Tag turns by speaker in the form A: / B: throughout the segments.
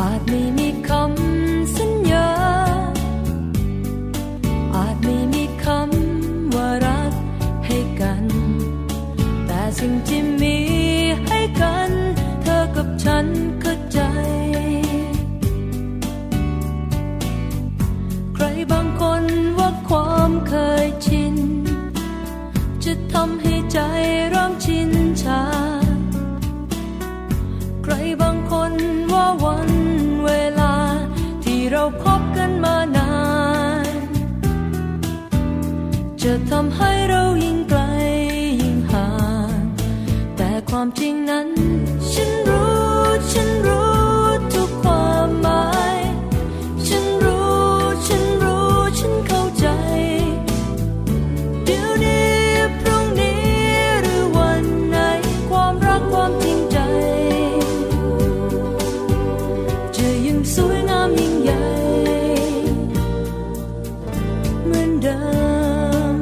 A: อาจไม่มีคำสัญญา อาจไม่มีคำว่ารักให้กัน แต่สิ่งที่มีให้กัน เธอกับฉันเข้าใจ ใครบางคนว่าความเคยชิน จะทำให้ใจเร้องชินชา ใครบางคนว่าวันเวลา ที่เราคบกันมานาน จะทำให้เรายิ่งไกลยิ่งห่างแต่ความจริงนั้น ฉันรู้ฉันรู้ทุกความหมาย ฉันรู้ฉันรู้ฉันเข้าใจ เดี๋ยวนี้พรุ่งนี้หรือวันไหน ความรักความจริงใจ จะยิ่งสวยงามยิ่งใหญ่ เหมือนเดิม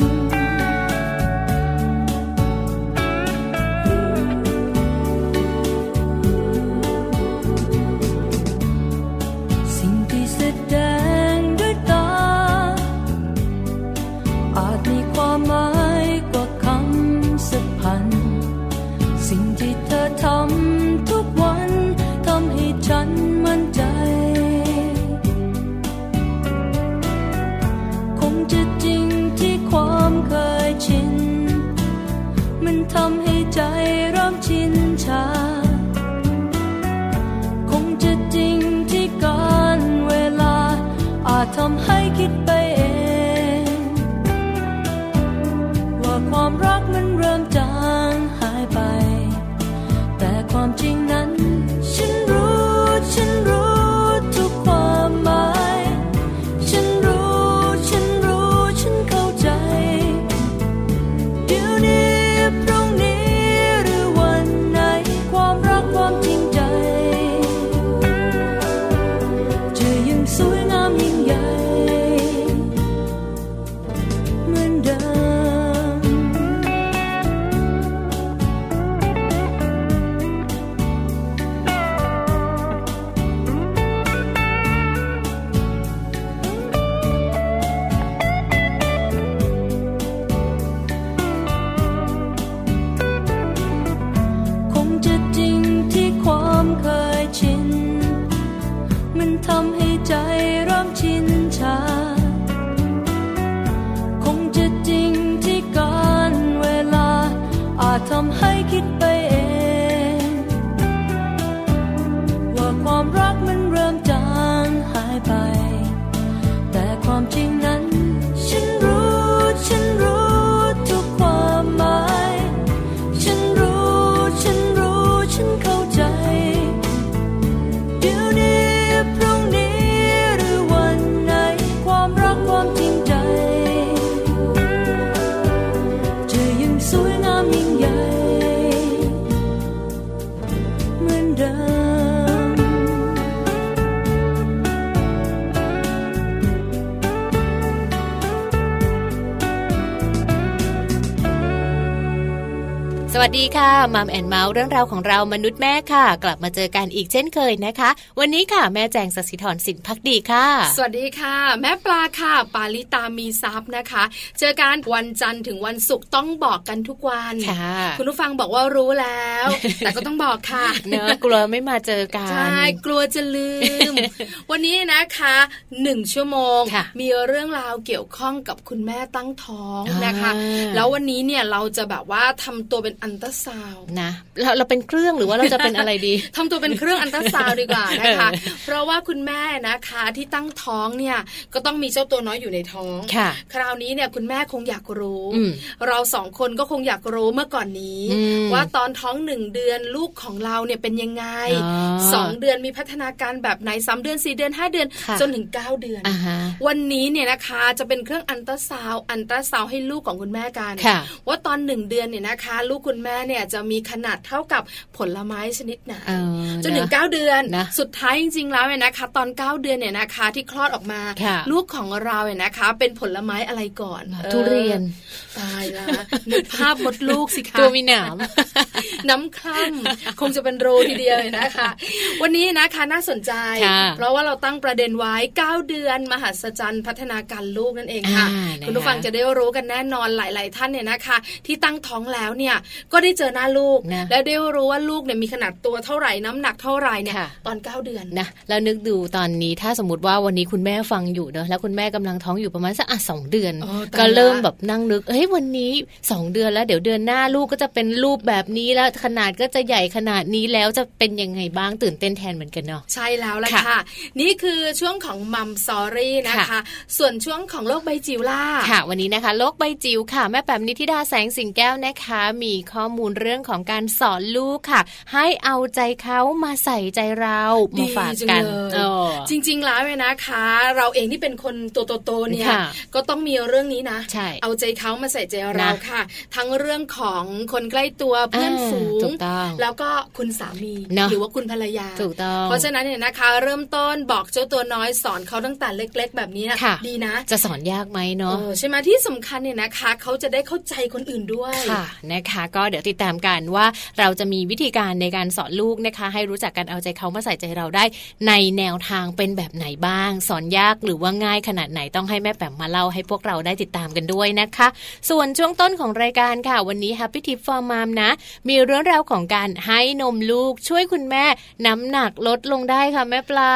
A: สิ่งที่แสดงด้วยตา อาจมีความหมายกว่าคำสักพัน สิ่งที่เธอทำทุกวันทำให้ฉันมั่นใจ คงจะจริงที่ความเคยชิน มันทำให้ใจเริ่มชินชา คงจะจริงที่การเวลา อาจทำให้คิดไปเอง ว่าความรักมันเริ่มจางหายไป แต่ความจริงนั้น ฉันรู้ฉันรู้ทุกความหมาย ฉันรู้ฉันรู้ฉันเข้าใจ เดี๋ยวนี้พรุ่งนี้หรือวันไหน ความรักความจริงใจ จะยิ่งสวยงามยิ่งใหญ่ เหมือนเดิม คงจะจริงที่ความเคยชิน มันทำให้ใจเริ่มชินชา คงจะจริงที่การเวลา อาจทำให้คิดไปเอง ว่าความรักมันเริ่มจางหายไป แต่ความจริงนั้น ฉันรู้ ฉันรู้ทุกความหมาย ฉันรู้ ฉันรู้ ฉันเข้าใจ เดี๋ยวนี้พรุ่งนี้หรือวันไหน ความรักความจริงใจ จะยิ่งสวยงามยิ่งใหญ่ เหมือนเดิม
B: สวัสดีค่ะมัมแอนเมาส์เรื่องราวของเรามนุษย์แม่ค่ะ กลับมาเจอกันอีกเช่นเคยนะคะ วันนี้ค่ะแม่แจงสศิธรสินพักดีค่ะ
C: สวัสดีค่ะ แม่ปลาค่ะ ปาลิตามีซับนะคะ เจอกันวันจันทร์ถึงวันศุกร์ต้องบอกกันทุกวัน
B: ค่ะ
C: คุณผู้ฟังบอกว่ารู้แล้ว แต่ก็ต้องบอกค่ะ
B: เนอะกลัวไม่มาเจอกัน
C: ใช่กลัวจะลื ม วันนี้นะคะหนึ่งชั่วโมง
B: ค่ะ
C: มีเรื่องราวเกี่ยวข้องกับคุณแม่ตั้งท้องนะคะ
B: อ่า
C: แล้ววันนี้เนี่ยเราจะแบบว่าทำตัวเป็นอั อันตราซาวด์
D: นะเราเราเป็นเครื่องหรือว่าเราจะเป็นอะไรดี
C: ทำตัวเป็นเครื่องอันตราซาวด์ดีกว่านะคะ
D: เออ
C: เพราะว่าคุณแม่นะคะที่ตั้งท้องเนี่ยก็ต้องมีเจ้าตัวน้อยอยู่ในท้อง
D: ค่ะ
C: คราวนี้เนี่ยคุณแม่คงอยากรู้
D: อืม
C: เราสองคนก็คงอยากรู้เมื่อก่อนนี้
D: อืม
C: ว่าตอนท้องหนึ่งเดือนลูกของเราเนี่ยเป็นยังไง
D: อ๋อ
C: สองเดือนมีพัฒนาการแบบไหนสามเดือนสี่เดือนห้าเดือน
D: ค่ะ
C: จนถึงเก้าเดือน
D: อ่าฮะ
C: วันนี้เนี่ยนะคะจะเป็นเครื่องอันตราซาวด์อันตราซาวด์ให้ลูกของคุณแม่กัน
D: ค่ะ
C: ว่าตอนหนึ่งเดือนเนี่ยนะคะ ลูกคุณแม่เนี่ยจะมีขนาดเท่ากับผลไม้ชนิดไหน
D: เออ
C: จนถึง
D: ะ
C: เก้าเดือน
D: นะ
C: สุดท้ายจริงๆแล้วเนี่ยนะคะ ตอนเก้าเดือนเนี่ยนะคะที่คลอดออกมา
D: ค่ะ
C: ลูกของเราเนี่ยนะคะ เป็นผลไม้อะไรก่อนออ
D: ทุเรียน
C: ตายละนึกภาพมดลูกสิคะ
D: ตัวมีหนาม
C: น้ำคล่ำ คงจะเป็นรูทีเดียวเลยนะคะ วันนี้นะคะน่าสนใจ
D: ค่ะ
C: เพราะว่าเราตั้งประเด็นไว้ 9 เดือนมหัศจรรย์พัฒนาการลูกนั่นเองค่ะ
D: อ่านะคะ
C: คุณผู้ฟังจะได้รู้กันแน่นอนหลาย ๆ ท่านเนี่ยนะคะ ที่ตั้งท้องแล้วเนี่ยก็ได้เจอหน้าลูก
D: นะ
C: และได้รู้ว่าลูกเนี่ยมีขนาดตัวเท่าไหร่น้ำหนักเท่าไหร่เนี่ย
D: ค่ะ
C: ตอน 9 เดือน
D: นะแล้วนึกดูตอนนี้ถ้าสมมติว่าวันนี้คุณแม่ฟังอยู่เนอะแล้วคุณแม่กำลังท้องอยู่ประมาณสักอ่ะสองเดือน
C: เออตายละ
D: ก็เริ่มแบบนั่งนึกเฮ้ยวันนี้สองเดือนแล้ว เดี๋ยวเดือนหน้าลูกก็จะเป็นรูปแบบนี้แล้วขนาดก็จะใหญ่ขนาดนี้แล้วจะเป็นยังไงบ้างตื่นเต้นแทนเหมือนกันเนาะ
C: ใช่แล้วละ
D: ค่ะ
C: ค่ะ นี่คือช่วงของมัมซอรี่นะคะ
D: ค่ะ
C: ส่วนช่วงของโลกใบจิ๋วล่ะ
D: ค่ะวันนี้นะคะโลกใบจิ๋วค่ะ แม่แปมนิธิดาแสงสิงแก้วนะคะ มีข้อมูลเรื่องของการสอนลูกค่ะ ให้เอาใจเขามาใส่ใจเรามาฝากกัน
C: ดีจังเลย
D: เออ
C: จริง ๆ แล้วเนี่ยนะคะ เราเองที่เป็นคนตัวโตๆเนี่ย
D: ค่ะ
C: ก็ต้องมีเรื่องนี้นะ
D: ใช่
C: เอาใจเขามาใส่ใจเรา
D: นะ
C: ค่ะ ทั้งเรื่องของคนใกล้ตัวเพื่อน
D: อ่า
C: ฝู
D: ถูกต้อง
C: แล้วก็คุณสามี
D: เนอะ
C: หรือว่าคุณภรรยา
D: ถูกต้อง
C: เพราะฉะนั้นเนี่ยนะคะ เริ่มต้นบอกเจ้าตัวน้อยสอนเขาตั้งแต่เล็ก ๆ แบบนี้นะ
D: ค่ะ
C: ดีนะ
D: จะสอนยากไหม
C: เอ
D: เนาะ
C: อใช่ไหมที่สำคัญเนี่ยนะคะ เขาจะได้เข้าใจคนอื่นด้วย
D: ค่ะนะคะก็เดี๋ยวติดตามกันว่าเราจะมีวิธีการในการสอนลูกนะคะ ให้รู้จักการเอาใจเขามาใส่ใจเราได้ ในแนวทางเป็นแบบไหนบ้าง สอนยากหรือว่าง่ายขนาดไหนต้องให้แม่แปมมาเล่าให้พวกเราได้ติดตามกันด้วยนะคะ ส่วนช่วงต้นของรายการค่ะ วันนี้ Happy Tip for Mom นะ มีเรื่องราวของการให้นมลูกช่วยคุณแม่น้ำหนักลดลงได้ค่ะแม่ปลา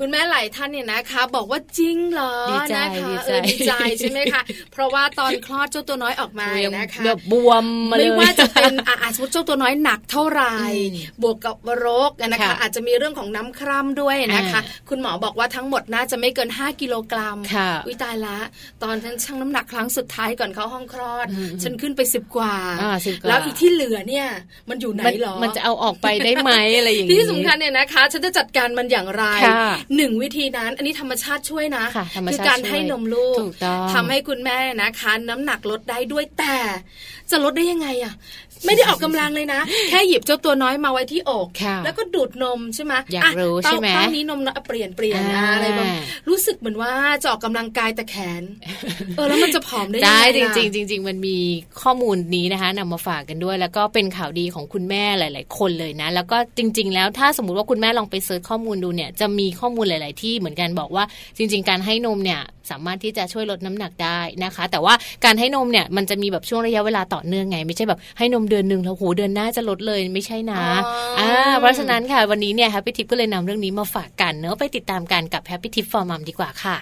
C: คุณแม่หลายท่านเนี่ยนะคะ บอกว่าจริงเหรอ
D: ดีใจ
C: นะคะ
D: ดีใจ
C: เออดีใจใช่ไหมคะ เพราะว่าตอนคลอดเจ้าตัวน้อยออกมา
D: ยัง
C: นะคะ
D: แบบบวมมาเลย
C: ไม่ว่าจะ เป็นอะอ่ะสมมติเจ้าตัวน้อยหนักเท่าไหร่
D: อืม
C: บวกกับโรคนะคะ
D: ค่ะ
C: อาจจะมีเรื่องของน้ำคร่ำด้วยนะคะ
D: อ่
C: คุณหมอบอกว่าทั้งหมดน่าจะไม่เกิน 5 กิโลกรัม
D: ค่ะ
C: วิตายละ ตอนฉันชั่งน้ำหนักครั้งสุดท้ายก่อนเข้าห้องคลอด
D: อืม
C: ฉันขึ้นไป 10 กว่า
D: อ่า10กว่า
C: แล้วอีที่เหลือเนี่ย มันอยู่ไหน
D: มัน
C: หรอ
D: มันจะเอาออกไปได้ไหมอะไรอย่างนี้
C: ที่สำคัญเนี่ยนะคะ ฉันจะจัดการมันอย่างไร
D: ค่ะ
C: หนึ่งวิธีนั้น อันนี้ธรรมชาติช่วยนะ
D: ค่ะธรรมชาติ
C: การให้
D: ช่วย
C: นมลูก
D: ถูกต้อง
C: ทำให้คุณแม่นะคะ น้ำหนักลดได้ด้วยแต่ จะลดได้ยังไงอะไม่ได้ออกกำลัง เลยนะ แค่หยิบเจ้าตัวน้อยมาไว้ที่อก
D: ค่ะ
C: แล้วก็ดูดนมใช่ไหม
D: อยาก
C: ะ
D: รู้ใช่ไหม
C: เต้าเต้านี้นมน้อยเปลี่ยนเปลี่ยน
D: อ่า
C: นะอะไรแบบรู้สึกเหมือนว่าจะออกกำลังกายแต่แขน เออแล้วมันจะผอมได้ยัง
D: ได้
C: ไง
D: จ
C: ล่ะ
D: ริงๆจริงๆมันมีข้อมูลนี้นะคะนำมาฝากกันด้วย แล้วก็เป็นข่าวดีของคุณแม่หลาย ๆ คนเลยนะ แล้วก็จริง ๆ แล้วถ้าสมมติว่าคุณแม่ลองไปเสิร์ชข้อมูลดูเนี่ยจะมีข้อมูลหลาย ๆ ที่เหมือนกันบอกว่าจริง ๆ การให้นมเนี่ยสามารถที่จะช่วยลดน้ำหนักได้นะคะ แต่ว่าการให้นมเนี่ยมันจะมีแบบช่วงระยะเวลาต่อเนื่องไง ไม่ใช่แบบให้นมเดือนหนึ่งแล้วโหเดือนหน้าจะลดเลยไม่ใช่นะ
C: อ๋ออ่
D: อ่าเพราะฉะนั้นค่ะวันนี้เนี่ยแฮปปี้ทิปก็เลยนำเรื่องนี้มาฝากกันเนอะไปติดตามกันกับแฮปปี้ทิปฟอร์มดีกว่าค่ะ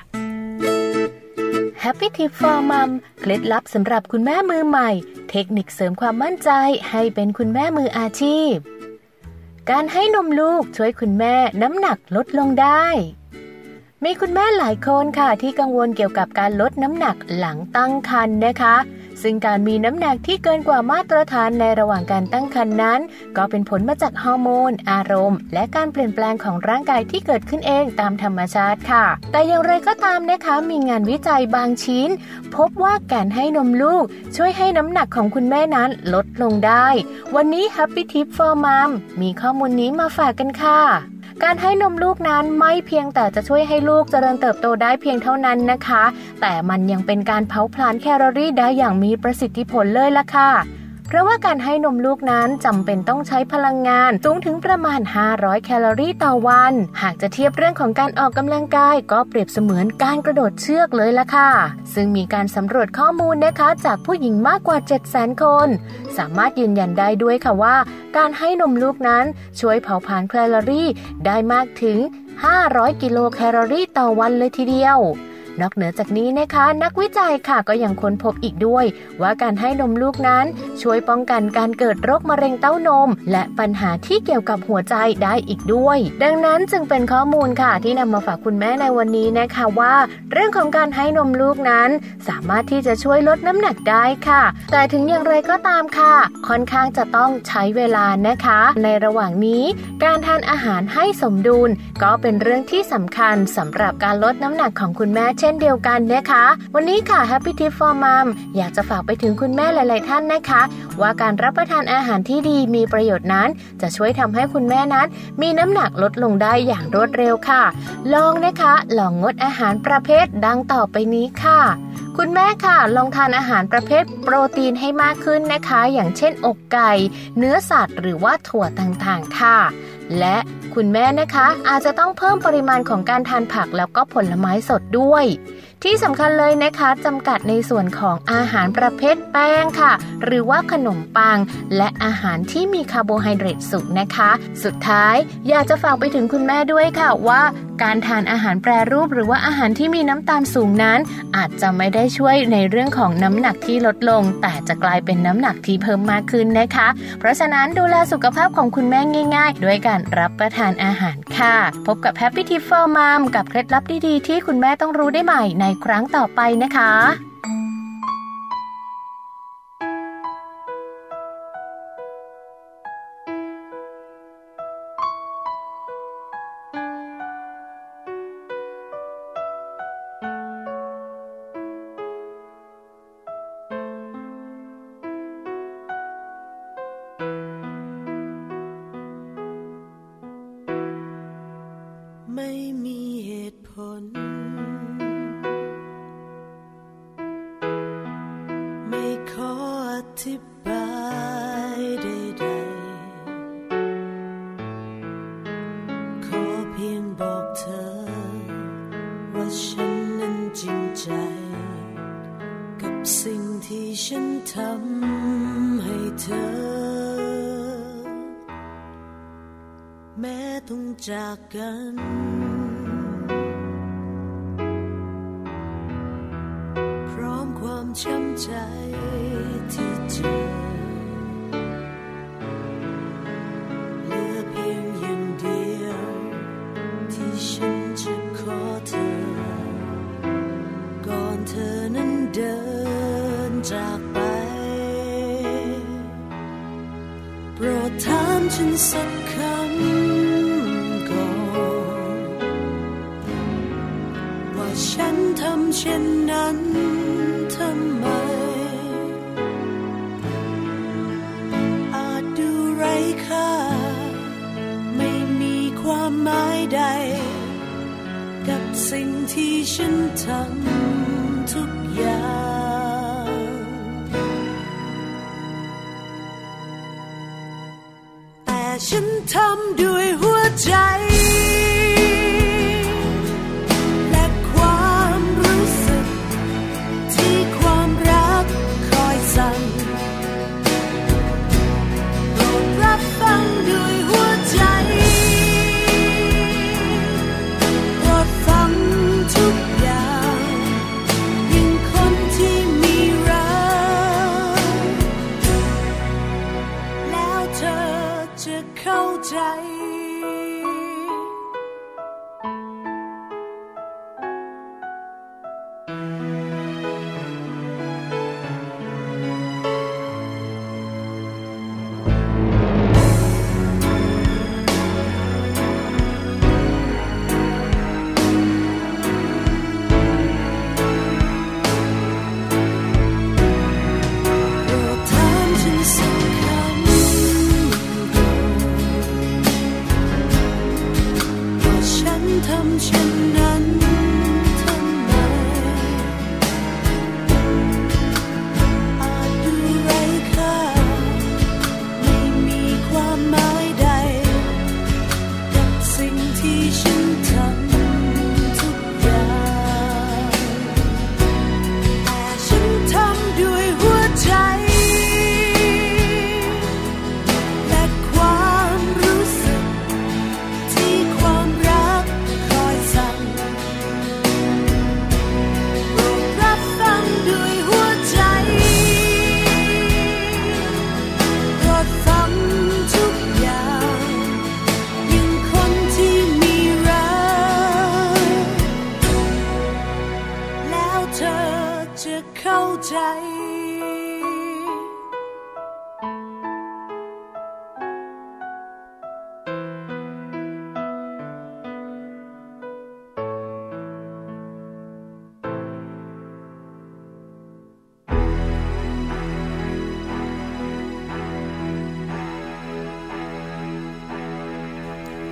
B: Happy Tip for Mom เคล็ดลับสำหรับคุณแม่มือใหม่ เทคนิคเสริมความมั่นใจให้เป็นคุณแม่มืออาชีพ การให้นมลูกช่วยคุณแม่น้ำหนักลดลงได้ มีคุณแม่หลายคนค่ะที่กังวลเกี่ยวกับการลดน้ำหนักหลังตั้งครรภ์นะคะ ซึ่งการมีน้ำหนักที่เกินกว่ามาตรฐานในระหว่างการตั้งครรภ์นั้น ก็เป็นผลมาจากฮอร์โมน อารมณ์ และการเปลี่ยนแปลงของร่างกายที่เกิดขึ้นเองตามธรรมชาติค่ะ แต่อย่างไรก็ตามนะคะ มีงานวิจัยบางชิ้น พบว่าการให้นมลูก ช่วยให้น้ำหนักของคุณแม่นั้นลดลงได้ วันนี้ Happy Tip for Mom มีข้อมูลนี้มาฝากกันค่ะ การให้นมลูกนั้นไม่เพียงแต่จะช่วยให้ลูกเจริญเติบโตได้เพียงเท่านั้นนะคะ แต่มันยังเป็นการเผาผลาญแคลอรี่ได้อย่างมีประสิทธิผลเลยล่ะค่ะ เพราะว่าการให้นมลูกนั้นจำเป็นต้องใช้พลังงานสูงถึงประมาณ 500 แคลอรี่ต่อวัน หากจะเทียบเรื่องของการออกกำลังกายก็เปรียบเสมือนการกระโดดเชือกเลยล่ะค่ะ ซึ่งมีการสำรวจข้อมูลนะคะ จากผู้หญิงมากกว่า 700,000 คน สามารถยืนยันได้ด้วยค่ะว่า การให้นมลูกนั้นช่วยเผาผลาญแคลอรี่ได้มากถึง 500 กิโลแคลอรี่ต่อวันเลยทีเดียว นอกเหนือจากนี้นะคะ นักวิจัยค่ะก็ยังค้นพบอีกด้วย ว่าการให้นมลูกนั้น ช่วยป้องกันการเกิดโรคมะเร็งเต้านม และปัญหาที่เกี่ยวกับหัวใจได้อีกด้วย ดังนั้นจึงเป็นข้อมูลค่ะที่นำมาฝากคุณแม่ในวันนี้นะคะว่า เรื่องของการให้นมลูกนั้น สามารถที่จะช่วยลดน้ำหนักได้ค่ะ แต่ถึงอย่างไรก็ตามค่ะ ค่อนข้างจะต้องใช้เวลานะคะ ในระหว่างนี้การทานอาหารให้สมดุล ก็เป็นเรื่องที่สำคัญสำหรับการลดน้ำหนักของคุณแม่เช่นเดียวกันนะคะ วันนี้ค่ะ Happy Tip for Mom อยากจะฝากไปถึงคุณแม่หลาย ๆ ท่านนะคะ ว่าการรับประทานอาหารที่ดีมีประโยชน์นั้น จะช่วยทำให้คุณแม่นั้น มีน้ำหนักลดลงได้อย่างรวดเร็วค่ะ ลองนะคะลองงดอาหารประเภทดังต่อไปนี้ค่ะ คุณแม่ค่ะ ลองทานอาหารประเภทโปรตีนให้มากขึ้นนะคะ อย่างเช่นอกไก่ เนื้อสัตว์หรือว่าถั่วต่างๆค่ะ และคุณแม่นะคะอาจจะต้องเพิ่มปริมาณของการทานผักแล้วก็ผลไม้สดด้วย ที่สำคัญเลยนะคะจำกัดในส่วนของอาหารประเภทแป้งค่ะ หรือว่าขนมปัง และอาหารที่มีคาร์โบไฮเดรตสูงนะคะ สุดท้ายอยากจะฝากไปถึงคุณแม่ด้วยค่ะว่า การทานอาหารแปรรูป หรือว่าอาหารที่มีน้ำตาลสูงนั้น อาจจะไม่ได้ช่วยในเรื่องของน้ำหนักที่ลดลง แต่จะกลายเป็นน้ำหนักที่เพิ่มมากขึ้นนะคะ เพราะฉะนั้นดูแลสุขภาพของคุณแม่ง่ายๆ ด้วยการรับประทานอาหารค่ะ พบกับ Happy Tip for Mom กับเคล็ดลับดีๆ ที่คุณแม่ต้องรู้ได้ใหม่ในครั้งต่อไปนะคะ
A: ไม่มีเหตุผล ไม่ขออธิบายใดๆ ขอเพียงบอกเธอ ว่าฉันนั้นจริงใจ กับสิ่งที่ฉันทำให้เธอ แม้ต้องจากกัน พร้อมความช้ำใจที่เจอเหลือเพียงอย่างเดียว ที่ฉันจะขอเธอ ก่อนเธอนั้นเดินจากไป โปรดถามฉันสักคำก่อน ว่าฉันทำเช่นนั้นทำไม อาจดูไร้ค่า ไม่มีความหมายใด กับสิ่งที่ฉันทำทุกอย่าง แต่ฉันทำด้วยหัวใจ และความรู้สึก ที่ความรักคอยสั่งโปรดรับฟังด้วยหัวใจโปรดฟังทุกอย่าง ยิ่งคนที่มีรัก แล้วเธอจะเข้าใจ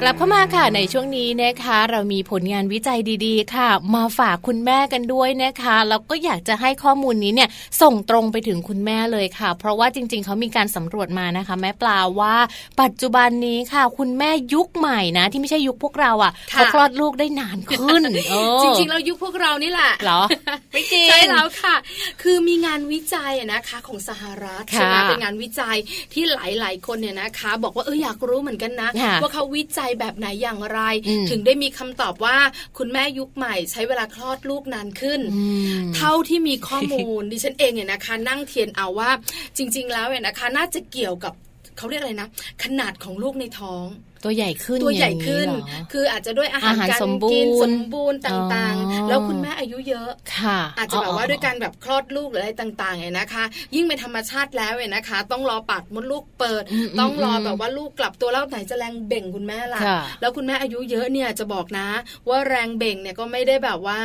B: กลับเข้ามาค่ะในช่วงนี้นะคะ เรามีผลงานวิจัยดีๆ ค่ะ มาฝากคุณแม่กันด้วยนะคะแล้วก็อยากจะให้ข้อมูลนี้เนี่ยส่งตรงไปถึงคุณแม่เลยค่ะ เพราะว่าจริง ๆเขามีการสำรวจมานะคะ แม่ปลาว่า ปัจจุบันนี้ค่ะ คุณแม่ยุคใหม่นะ ที่ไม่ใช่ยุคพวกเราอ่ะ
C: ค่ะ
B: เขาคลอดลูกได้นาน ขึ้นเออ
C: จริงๆเรายุคพวกเรานี่แหละ
B: เหรอ ไม่จริง
C: ใช่แล้วค่ะ คือมีงานวิจัยอะนะคะของสหรัฐ
B: ค่ะ
C: ใช่ไหมเป็นงานวิจัยที่หลายๆ คนเนี่ยนะคะ บอกว่าเอออยากรู้เหมือนกันนะ
B: ค่ะ
C: ว่าเขาวิจัยแบบไหนอย่างไร
B: อืม
C: ถึงได้มีคำตอบว่าคุณแม่ยุคใหม่ใช้เวลาคลอดลูกนานขึ้น
B: อืม
C: เท่าที่มีข้อมู ล ดิฉันเองเนี่ยนะคะ นั่งเทียนเอาว่าจริง ๆ แล้วเนี่ยนะคะ น่าจะเกี่ยวกับเขาเรียกอะไรนะ ขนาดของลูกในท้อง
B: ตัวใหญ่ขึ้น
C: ตัวใหญ่
B: อย่าง
C: ขึ้น
B: เหรอ
C: คืออาจจะด้วยอาหาร
B: อาหาร
C: การ
B: สมบูรณ์
C: กินสมบูรณ์ต่าง
B: อ๋อ
C: ๆ แล้วคุณแม่อายุเยอะ
B: ค่ะ
C: อาจจะแบบว่าด้วยการแบบคลอดลูกหรืออะไรต่างๆเนี่ยนะคะ ยิ่งเป็นธรรมชาติแล้วเนี่ยนะคะ ต้องรอปากมดลูกเปิด
B: ม
C: ต้องรอ
B: ม
C: แบบว่าลูกกลับตัวแล้วไหนจะแรงเบ่งคุณแม่ล่ะ
B: ค่ะ
C: แล้วคุณแม่อายุเยอะเนี่ยจะบอกนะ ว่าแรงเบ่งเนี่ยก็ไม่ได้แบบว่า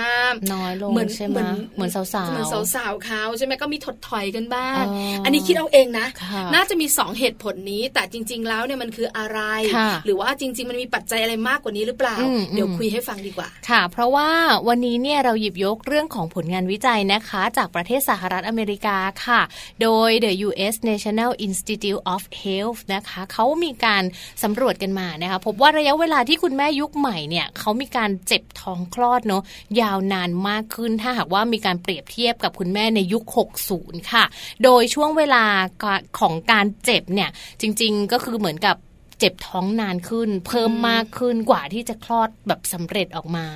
B: น้อยลง
C: เหมือน
B: ใช่ไหมเหมือนสาวสาว
C: เหมือนสาวๆเขาใช่ไหมก็มีถดถอยกันบ้าง
B: อ๋ออั
C: อันนี้คิดเอาเองนะ
B: ค่ะ
C: น่าจะมี 2 เหตุผลนี้ แต่จริง ๆ แล้วเนี่ยมันคืออะไร
B: ค่ะ
C: หรือว่าจริง ๆ มันมีปัจจัยอะไรมากกว่านี้หรือเปล่า
B: อืม
C: เดี๋ยวคุยให้ฟังดีกว่า
B: ค่ะ เพราะว่าวันนี้เนี่ยเราหยิบยกเรื่องของผลงานวิจัยนะคะ จากประเทศสหรัฐอเมริกาค่ะ โดย the U.S. National Institute of Health นะคะเขามีการสำรวจกันมานะคะ พบว่าระยะเวลาที่คุณแม่ยุคใหม่เนี่ยเขามีการเจ็บท้องคลอดเนาะยาวนานมากขึ้นถ้าหากว่ามีการเปรียบเทียบกับคุณแม่ในยุค 60 ค่ะ โดยช่วงเวลาของการเจ็บเนี่ยจริง ๆ ก็คือเหมือนกับเจ็บท้องนานขึ้น เพิ่มมากขึ้นกว่าที่จะคลอดแบบสำเร็จออกมา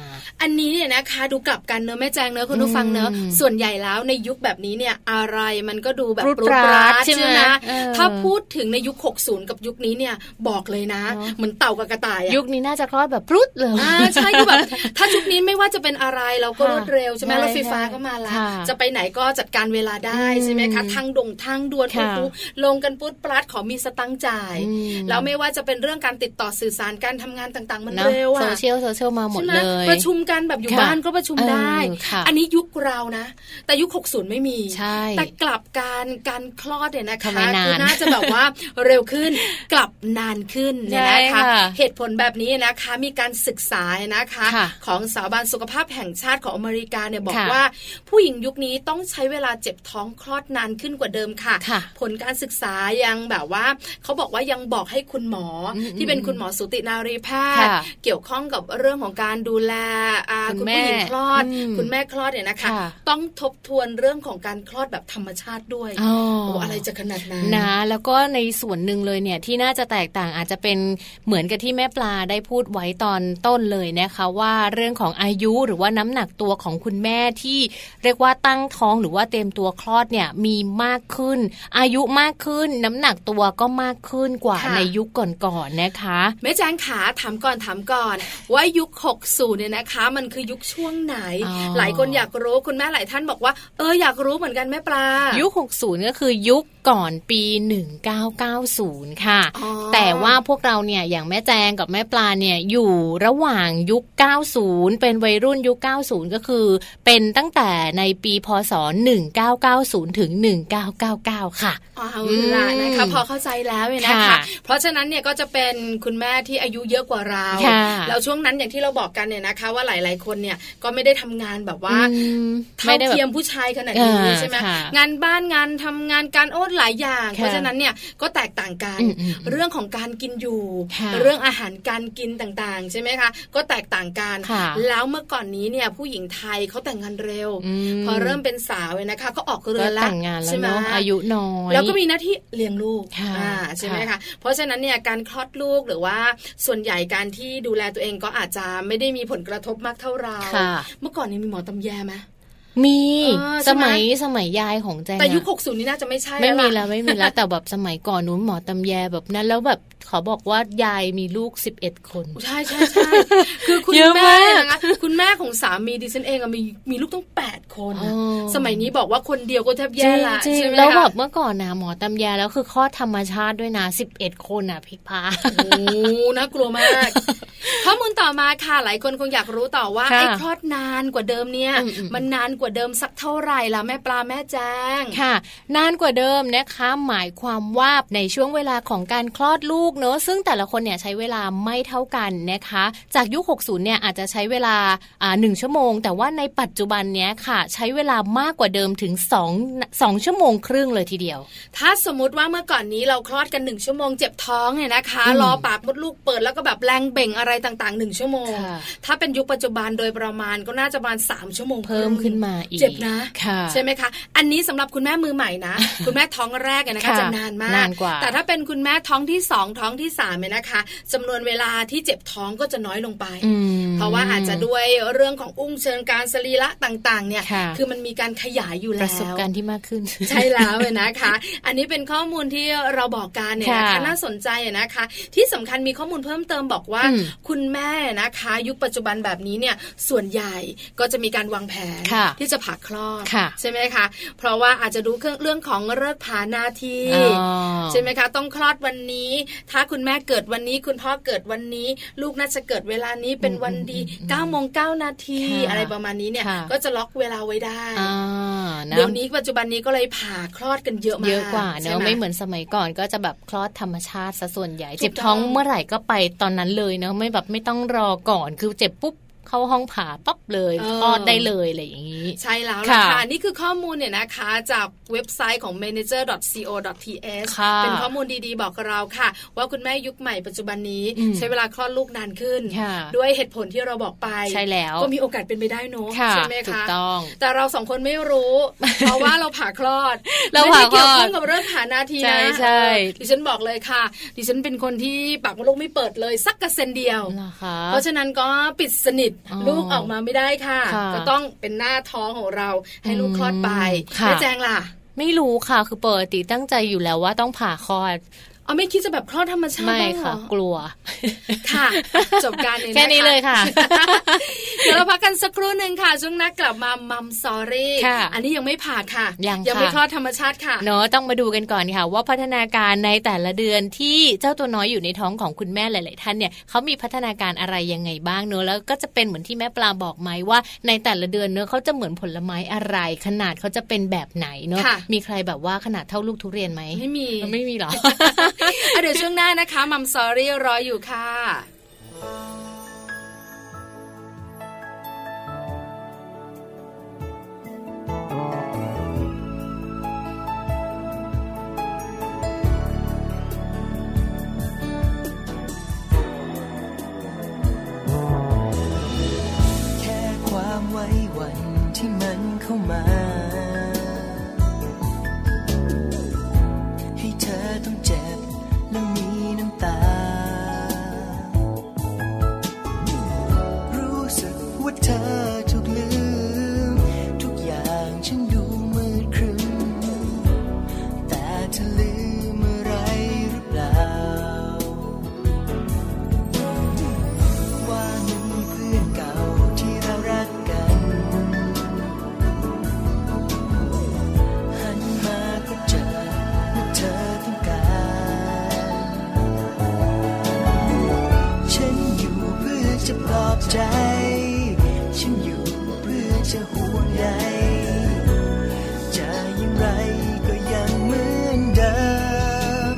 C: อันนี้เนี่ยนะคะดูกลับกันเนอะแม่แจงเนอะคุณผู้ฟังเนอะ
B: อืม
C: ส่วนใหญ่แล้วในยุคแบบนี้เนี่ยอะไรมันก็ดูแบบ
B: ปรุดปราดใช่ไหมเออ
C: ถ้าพูดถึงในยุค 60 กับยุคนี้เนี่ยบอกเลยนะ
B: เนอะ
C: เหมือนเต่ากับกระต่ายอะ
B: ยุคนี้น่าจะคลอดแบบพรุดเลย
C: อ่าใช่ คือแบบถ้ายุคนี้ไม่ว่าจะเป็นอะไรเราก็
B: ค่ะ
C: รวดเร็วใช่ไหม
B: ใช่
C: รถไฟฟ้า
B: ใช่
C: ก็มาละ
B: ค่ะ
C: จะไปไหนก็จัดการเวลาได้
B: อืม
C: ใช่ไหมคะทางดงทางด่วน
B: ค่ะ
C: ปุ๊บลงกันปุ๊บปลัดขอมีสตังค์จ่าย
B: อืม
C: แล้วไม่ว่าจะเป็นเรื่องการติดต่อสื่อสารการทำงานต่างๆ มัน
B: นอะ
C: เร็ว
B: โซ
C: อะ
B: เชียลโซเชียลมาหมด
C: ใช่ไหม
B: เลย
C: ประชุมกันแบบอยู่
B: ค่ะ
C: บ้านก็ประชุมได้
B: เออค่ะ
C: อันนี้ยุคเรานะ แต่ยุค 60 ไม่มี
B: ใช่
C: แต่กลับการการคลอดเนี่ยนะ
B: ทำ
C: คะ
B: ไมนาน
C: คือน่าจะแบบว่า เร็วขึ้นกลับนานขึ้นเนี่ยนะ
B: ใช่
C: คะ
B: ค่ะ
C: เหตุผลแบบนี้นะคะมีการศึกษานะคะ
B: ค่ะ
C: ของสถาบันสุขภาพแห่งชาติของอเมริกาเนี่ยบอก
B: ค่ะ
C: ว่า ผู้หญิงยุคนี้ต้องใช้เวลาเจ็บท้องคลอดนานขึ้นกว่าเดิมค่ะ
B: ค่ะ
C: ผลการศึกษายังแบบว่าเขาบอกว่ายังบอกให้คุณหมออ
B: ม
C: ที่เป็นคุณหมอสูตินารีแพทย์
B: ค่ะ
C: เกี่ยวข้องกับเรื่องของการดูแลอ่า
B: คุ
C: คุณ
B: ณ
C: ผู้หญิง
B: แม่
C: คลอด
B: อืม
C: คุณแม่คลอดเนี่ยนะคะ
B: ค่ะ
C: ต้องทบทวนเรื่องของการคลอดแบบธรรมชาติด้วย
B: อ๋อ
C: โอ้อะไรจะขนาดนั้น
B: นะแล้วก็ในส่วนหนึ่งเลยเนี่ยที่น่าจะแตกต่างอาจจะเป็นเหมือนกับที่แม่ปลาได้พูดไว้ตอนต้นเลยนะคะ ว่าเรื่องของอายุหรือว่าน้ำหนักตัวของคุณแม่ที่เรียกว่าตั้งท้องหรือว่าเตรียมตัวคลอดเนี่ยมีมากขึ้น อายุมากขึ้น น้ำหนักตัวก็มากขึ้นกว่า
C: ค่ะ
B: ในยุคก่อนๆนะคะ
C: แม่แจงขาถามก่อนถามก่อน ว่ายุค 60 เนี่ยนะคะ มันคือยุคช่วงไหน
B: อ๋อ
C: หลายคนอยากรู้คุณแม่หลายท่านบอกว่า เอออยากรู้เหมือนกันแม่ปลา
B: ยุ
C: ยุ
B: ค 60 ก็คือยุคก่อนปี 1990 ค่ะ
C: อ๋อ
B: แต่ว่าพวกเราเนี่ยอย่างแม่แจงกับแม่ปลาเนี่ยอยู่ระหว่างยุค 90 เป็นวัยรุ่นยุค 90 ก็คือ เป็นตั้งแต่ในปีพศ 1990 ถึง 1999 ค่ะ
C: เอาละ
B: อืม
C: นะคะพอเข้าใจแล้วเนี่ยนะคะ
B: ค่ะ
C: เพราะฉะนั้นเนี่ยก็จะเป็นคุณแม่ที่อายุเยอะกว่าเรา
B: ค่ะ
C: แล้วช่วงนั้นอย่างที่เราบอกกันเนี่ยนะคะ ว่าหลาย ๆ คนเนี่ยก็ไม่ได้ทำงานแบบว่า
B: อืม
C: เท่าเทียมผู้ชายขนาดนี้
B: อ่า
C: ใช่ไหม
B: ค่ะ
C: งานบ้านงานทำงานการโอ้หลายอย่าง
B: ค่ะ
C: เพราะฉะนั้นเนี่ยก็แตกต่างกัน
B: อืมอืม
C: เรื่องของการกินอยู่
B: ค่ะ
C: เรื่องอาหารการกินต่างๆ ใช่ไหมคะก็แตกต่างกัน
B: ค่ะ
C: แล้วเมื่อก่อนนี้เนี่ยผู้หญิงไทยเขาแต่งงานเร็ว
B: ม
C: พอเริ่มเป็นสาวเนี่ยนะคะ ก็ออกเรื
B: ก็
C: อนละ
B: แต่งงานแล้ว
C: ใช่ไหม
B: เนาะอายุน้อย
C: แล้วก็มีหน้าที่เลี้ยงลูก
B: ค่ะ
C: อ่าใช่ไหมคะ
B: ค่ะ
C: เพราะฉะนั้นเนี่ยการคลอดลูกหรือว่าส่วนใหญ่การที่ดูแลตัวเองก็อาจจะไม่ได้มีผลกระทบมากเท่าเรา
B: ค่ะ
C: เมื่อก่อนนี้มีหมอตำแยไหม
B: มี
C: เออใช่
B: ส
C: ไหม
B: มัยสมัยยายของแจง
C: แต่
B: อะ
C: ยุค 60 นี่น่าจะไม่ใช่
B: ไม่มีแล้
C: แล้ว วล่ะ
B: ไม่มีแล้ว แต่แบบสมัยก่อนนู้นหมอตำแยแบบนั้น แล้วแบบขอบอกว่ายายมีลูก 11 คน
C: ใช่ใช่ใช่คือคุณ
B: เยอะ
C: แม่
B: มาก
C: เนี่ยนะคะคุณแม่ของสามีดิฉันเองอะมีมีลูกต้อง 8 คน
B: อ๋อ
C: สมัยนี้บอกว่าคนเดียวก็แทบแย่ละ
B: จริง
C: ใช่ไหม
B: ๆแล้วแบบ
C: คะ
B: เมื่อก่อนนะหมอตำแยแล้วคือคลอดธรรมชาติด้วยนะ 11 คนอ่ะพิกพา
C: โอ้น่ากลัวมาก ข้อมูลต่อมาค่ะหลายคนคงอยากรู้ต่อว่า
B: ค่ะ
C: ไอ้คลอดนานกว่าเดิมเนี่ย
B: อืมอืม
C: มันนานกว่า ว่าเดิมสักเท่าไหร่ล่ะแม่ปลาแม่แจ้ง
B: ค่ะ นานกว่าเดิมนะคะ หมายความว่าในช่วงเวลาของการคลอดลูกเนอะซึ่งแต่ละคนเนี่ยใช้เวลาไม่เท่ากันนะคะ จากยุค 60 เนี่ยอาจจะใช้เวลาอ่าหนึ่งชั่วโมง แต่ว่าในปัจจุบันเนี้ยค่ะ ใช้เวลามากกว่าเดิมถึง2 2ชั่วโมงครึ่งเลยทีเดียว
C: ถ้าสมมติว่าเมื่อก่อนนี้เราคลอดกันหนึ่งชั่วโมงเจ็บท้องเนี่ยนะคะ
B: อืม
C: รอปากมดลูกเปิดแล้วก็แบบแรงเบ่งอะไรต่างๆหนึ่งชั่วโมง
B: ค่ะ
C: ถ้าเป็นยุคปัจจุบันโดยประมาณก็น่าจะประมาณสามชั่วโมง
B: เพิ่มขึ้นมาอีก
C: เจ็บนะ
B: ค่ะ
C: ใช่ไหมคะ อันนี้สำหรับคุณแม่มือใหม่ นะ คุณแม่ท้องแรกเนี่ยนะคะ
B: ค่ะ
C: จะนานมาก
B: นานกว่า
C: แต่ถ้าเป็นคุณแม่ท้องที่สองท้องที่สามเนี่ยนะคะจำนวนเวลาที่เจ็บท้องก็จะน้อยลงไป
B: อืม
C: เพราะว่าอาจจะด้วยเรื่องของอุ้งเชิงการสรีระต่างๆ เนี่ย
B: ค่ะ
C: อมันมีการขยายอยู่
B: ป
C: แล้ว
B: ระสบการณ์ที่มากขึ้น
C: ใช่แล้วเลยนะคะ อันนี้เป็นข้อมูลที่เราบอกกันเนี่ยนะ
B: ค่ะ
C: คะน่าสนใจอะนะคะ ที่สำคัญมีข้อมูลเพิ่มเติมบอกว่า
B: อืม
C: คุณแม่นะคะ ยุคปัจจุบันแบบนี้เนี่ยส่วนใหญ่ก็จะมีการวางแผน
B: ค่ะ
C: ที่จะผ่าคลอด
B: ค่ะ
C: ใช่ไหมคะ เพราะว่าอาจจะดูเครื่องเรื่องของเลิกษ์ผานาที
B: อ๋อ
C: ใช่ไหมคะ ต้องคลอดวันนี้ ถ้าคุณแม่เกิดวันนี้ คุณพ่อเกิดวันนี้ ลูกน่าจะเกิดเวลานี้เป็นวันดี9ก้าโมงเก้านาที
B: ค่ะ
C: อะไรประมาณนี้เนี่ย
B: ค่ะ
C: ก็จะล็อกเวลาไว้ได้
B: อ่านะ
C: เดี๋ยวนี้ปัจจุบันนี้ก็เลยผ่าคลอดกันเยอะมาก
B: เยอะกว่าเน
C: ใช่
B: อะไม่เหมือนสมัยก่อนก็จะแบบคลอดธรรมชาติซะส่วนใหญ่ เจ็บ
C: ถูก
B: ท้องเมื่อไหร่ก็ไปตอนนั้นเลยเนอะไม่แบบไม่ต้องรอก่อนคือเจ็บปุ๊บเข้าห้องผ่าปั๊บเลย
C: เออ
B: คลอดได้เลยอะไรอย่างนี้
C: ใช่แล้วล่ะค่ะ
B: ค่ะ
C: นี่คือข้อมูลเนี่ยนะคะจากเว็บไซต์ของ manager.co.th
B: ค่ะ
C: เป็นข้อมูลดีๆบอกเราค่ะ ว่าคุณแม่ยุคใหม่ปัจจุบันนี้
B: อืม
C: ใช้เวลาคลอดลูกนานขึ้น
B: ค่ะ
C: ด้วยเหตุผลที่เราบอกไป
B: ใช่แล้ว
C: ก็มีโอกาสเป็นไปได้เนอะ
B: ค่ะ
C: ใช่ไหม
B: ถูก
C: คะ
B: ต้อง
C: แต่เราสองคนไม่รู้ เพราะว่าเราผ่าคลอด
B: เรา
C: ไม่
B: ผ่า
C: ได้
B: คลอด
C: เกี่ยวข้องกับเรื่องผ่านาที
B: ใช่
C: นะ
B: ใช่
C: เออดิฉันบอกเลยค่ะ ดิฉันเป็นคนที่ปากมดลูกไม่เปิดเลยสักกระเซนเดียว
B: เหรอคะ
C: เพราะฉะนั้นก็ปิดสนิท
B: อ๋อ
C: ลูกออกมาไม่ได้ค่ะ
B: ค่ะ
C: ก็ต้องเป็นหน้าท้องของเราให้ลูก
B: อืม
C: คลอดไป
B: ค่ะ
C: แม่แจงล่ะ
B: ไม่รู้ค่ะคือปกติตั้งใจอยู่แล้วว่าต้องผ่าคลอด
C: เอาไม่คิดจะแบบคลอดธรรมชาติ
B: ไม่
C: บ้างเหร
B: ค่ะ
C: อก
B: ลัว
C: ค่ะ จบการเลยะะ
B: แค่นี้เลยค่ะ
C: เดี๋ยวเราพักกันสักครู่หนึ่งค่ะ ช่วงหนักกลับมามัมซอรี่
B: ค่ะ
C: อันนี้ยังไม่ผ่าค่ะ
B: ยัง
C: ยังไม่
B: ค่ะ
C: คลอดธรรมชาติค่ะ
B: เนาะต้องมาดูกันก่อนค่ะ ว่าพัฒนาการในแต่ละเดือนที่เจ้าตัวน้อยอยู่ในท้องของคุณแม่หลาย ๆ ท่านเนี่ยเขามีพัฒนาการอะไรยังไงบ้างเนอะแล้วก็จะเป็นเหมือนที่แม่ปลาบอกไหมว่า ในแต่ละเดือนเนอะเขาจะเหมือนผลไม้อะไร ขนาดเขาจะเป็นแบบไหนเนอะ
C: ค่ะ
B: มีใครแบบว่าขนาดเท่าลูกทุเรียนไหม
C: ไม่มี
B: ไม่มีหรอ
C: อ่ะเดี๋ยวช่วงหน้านะคะมัมซอรี่รออยู่ค่ะ
E: แค่ความไว้วันที่มันเข้ามา ให้เธอต้องเจ็บและมีน้ำตา รู้สึกว่าเธอถูกลืม ทุกอย่างฉันดูมืดครึมแต่เธอลืมอะไรหรือเปล่า ว่ามีเพื่อนเก่าที่เรารักกัน หันมาก็เจอว่าเธอต้องการ ฉันอยู่เพื่อจะปลอบใจ ฉันอยู่เพื่อจะห่วงใยจะอย่างไรก็ยังเหมือนเดิม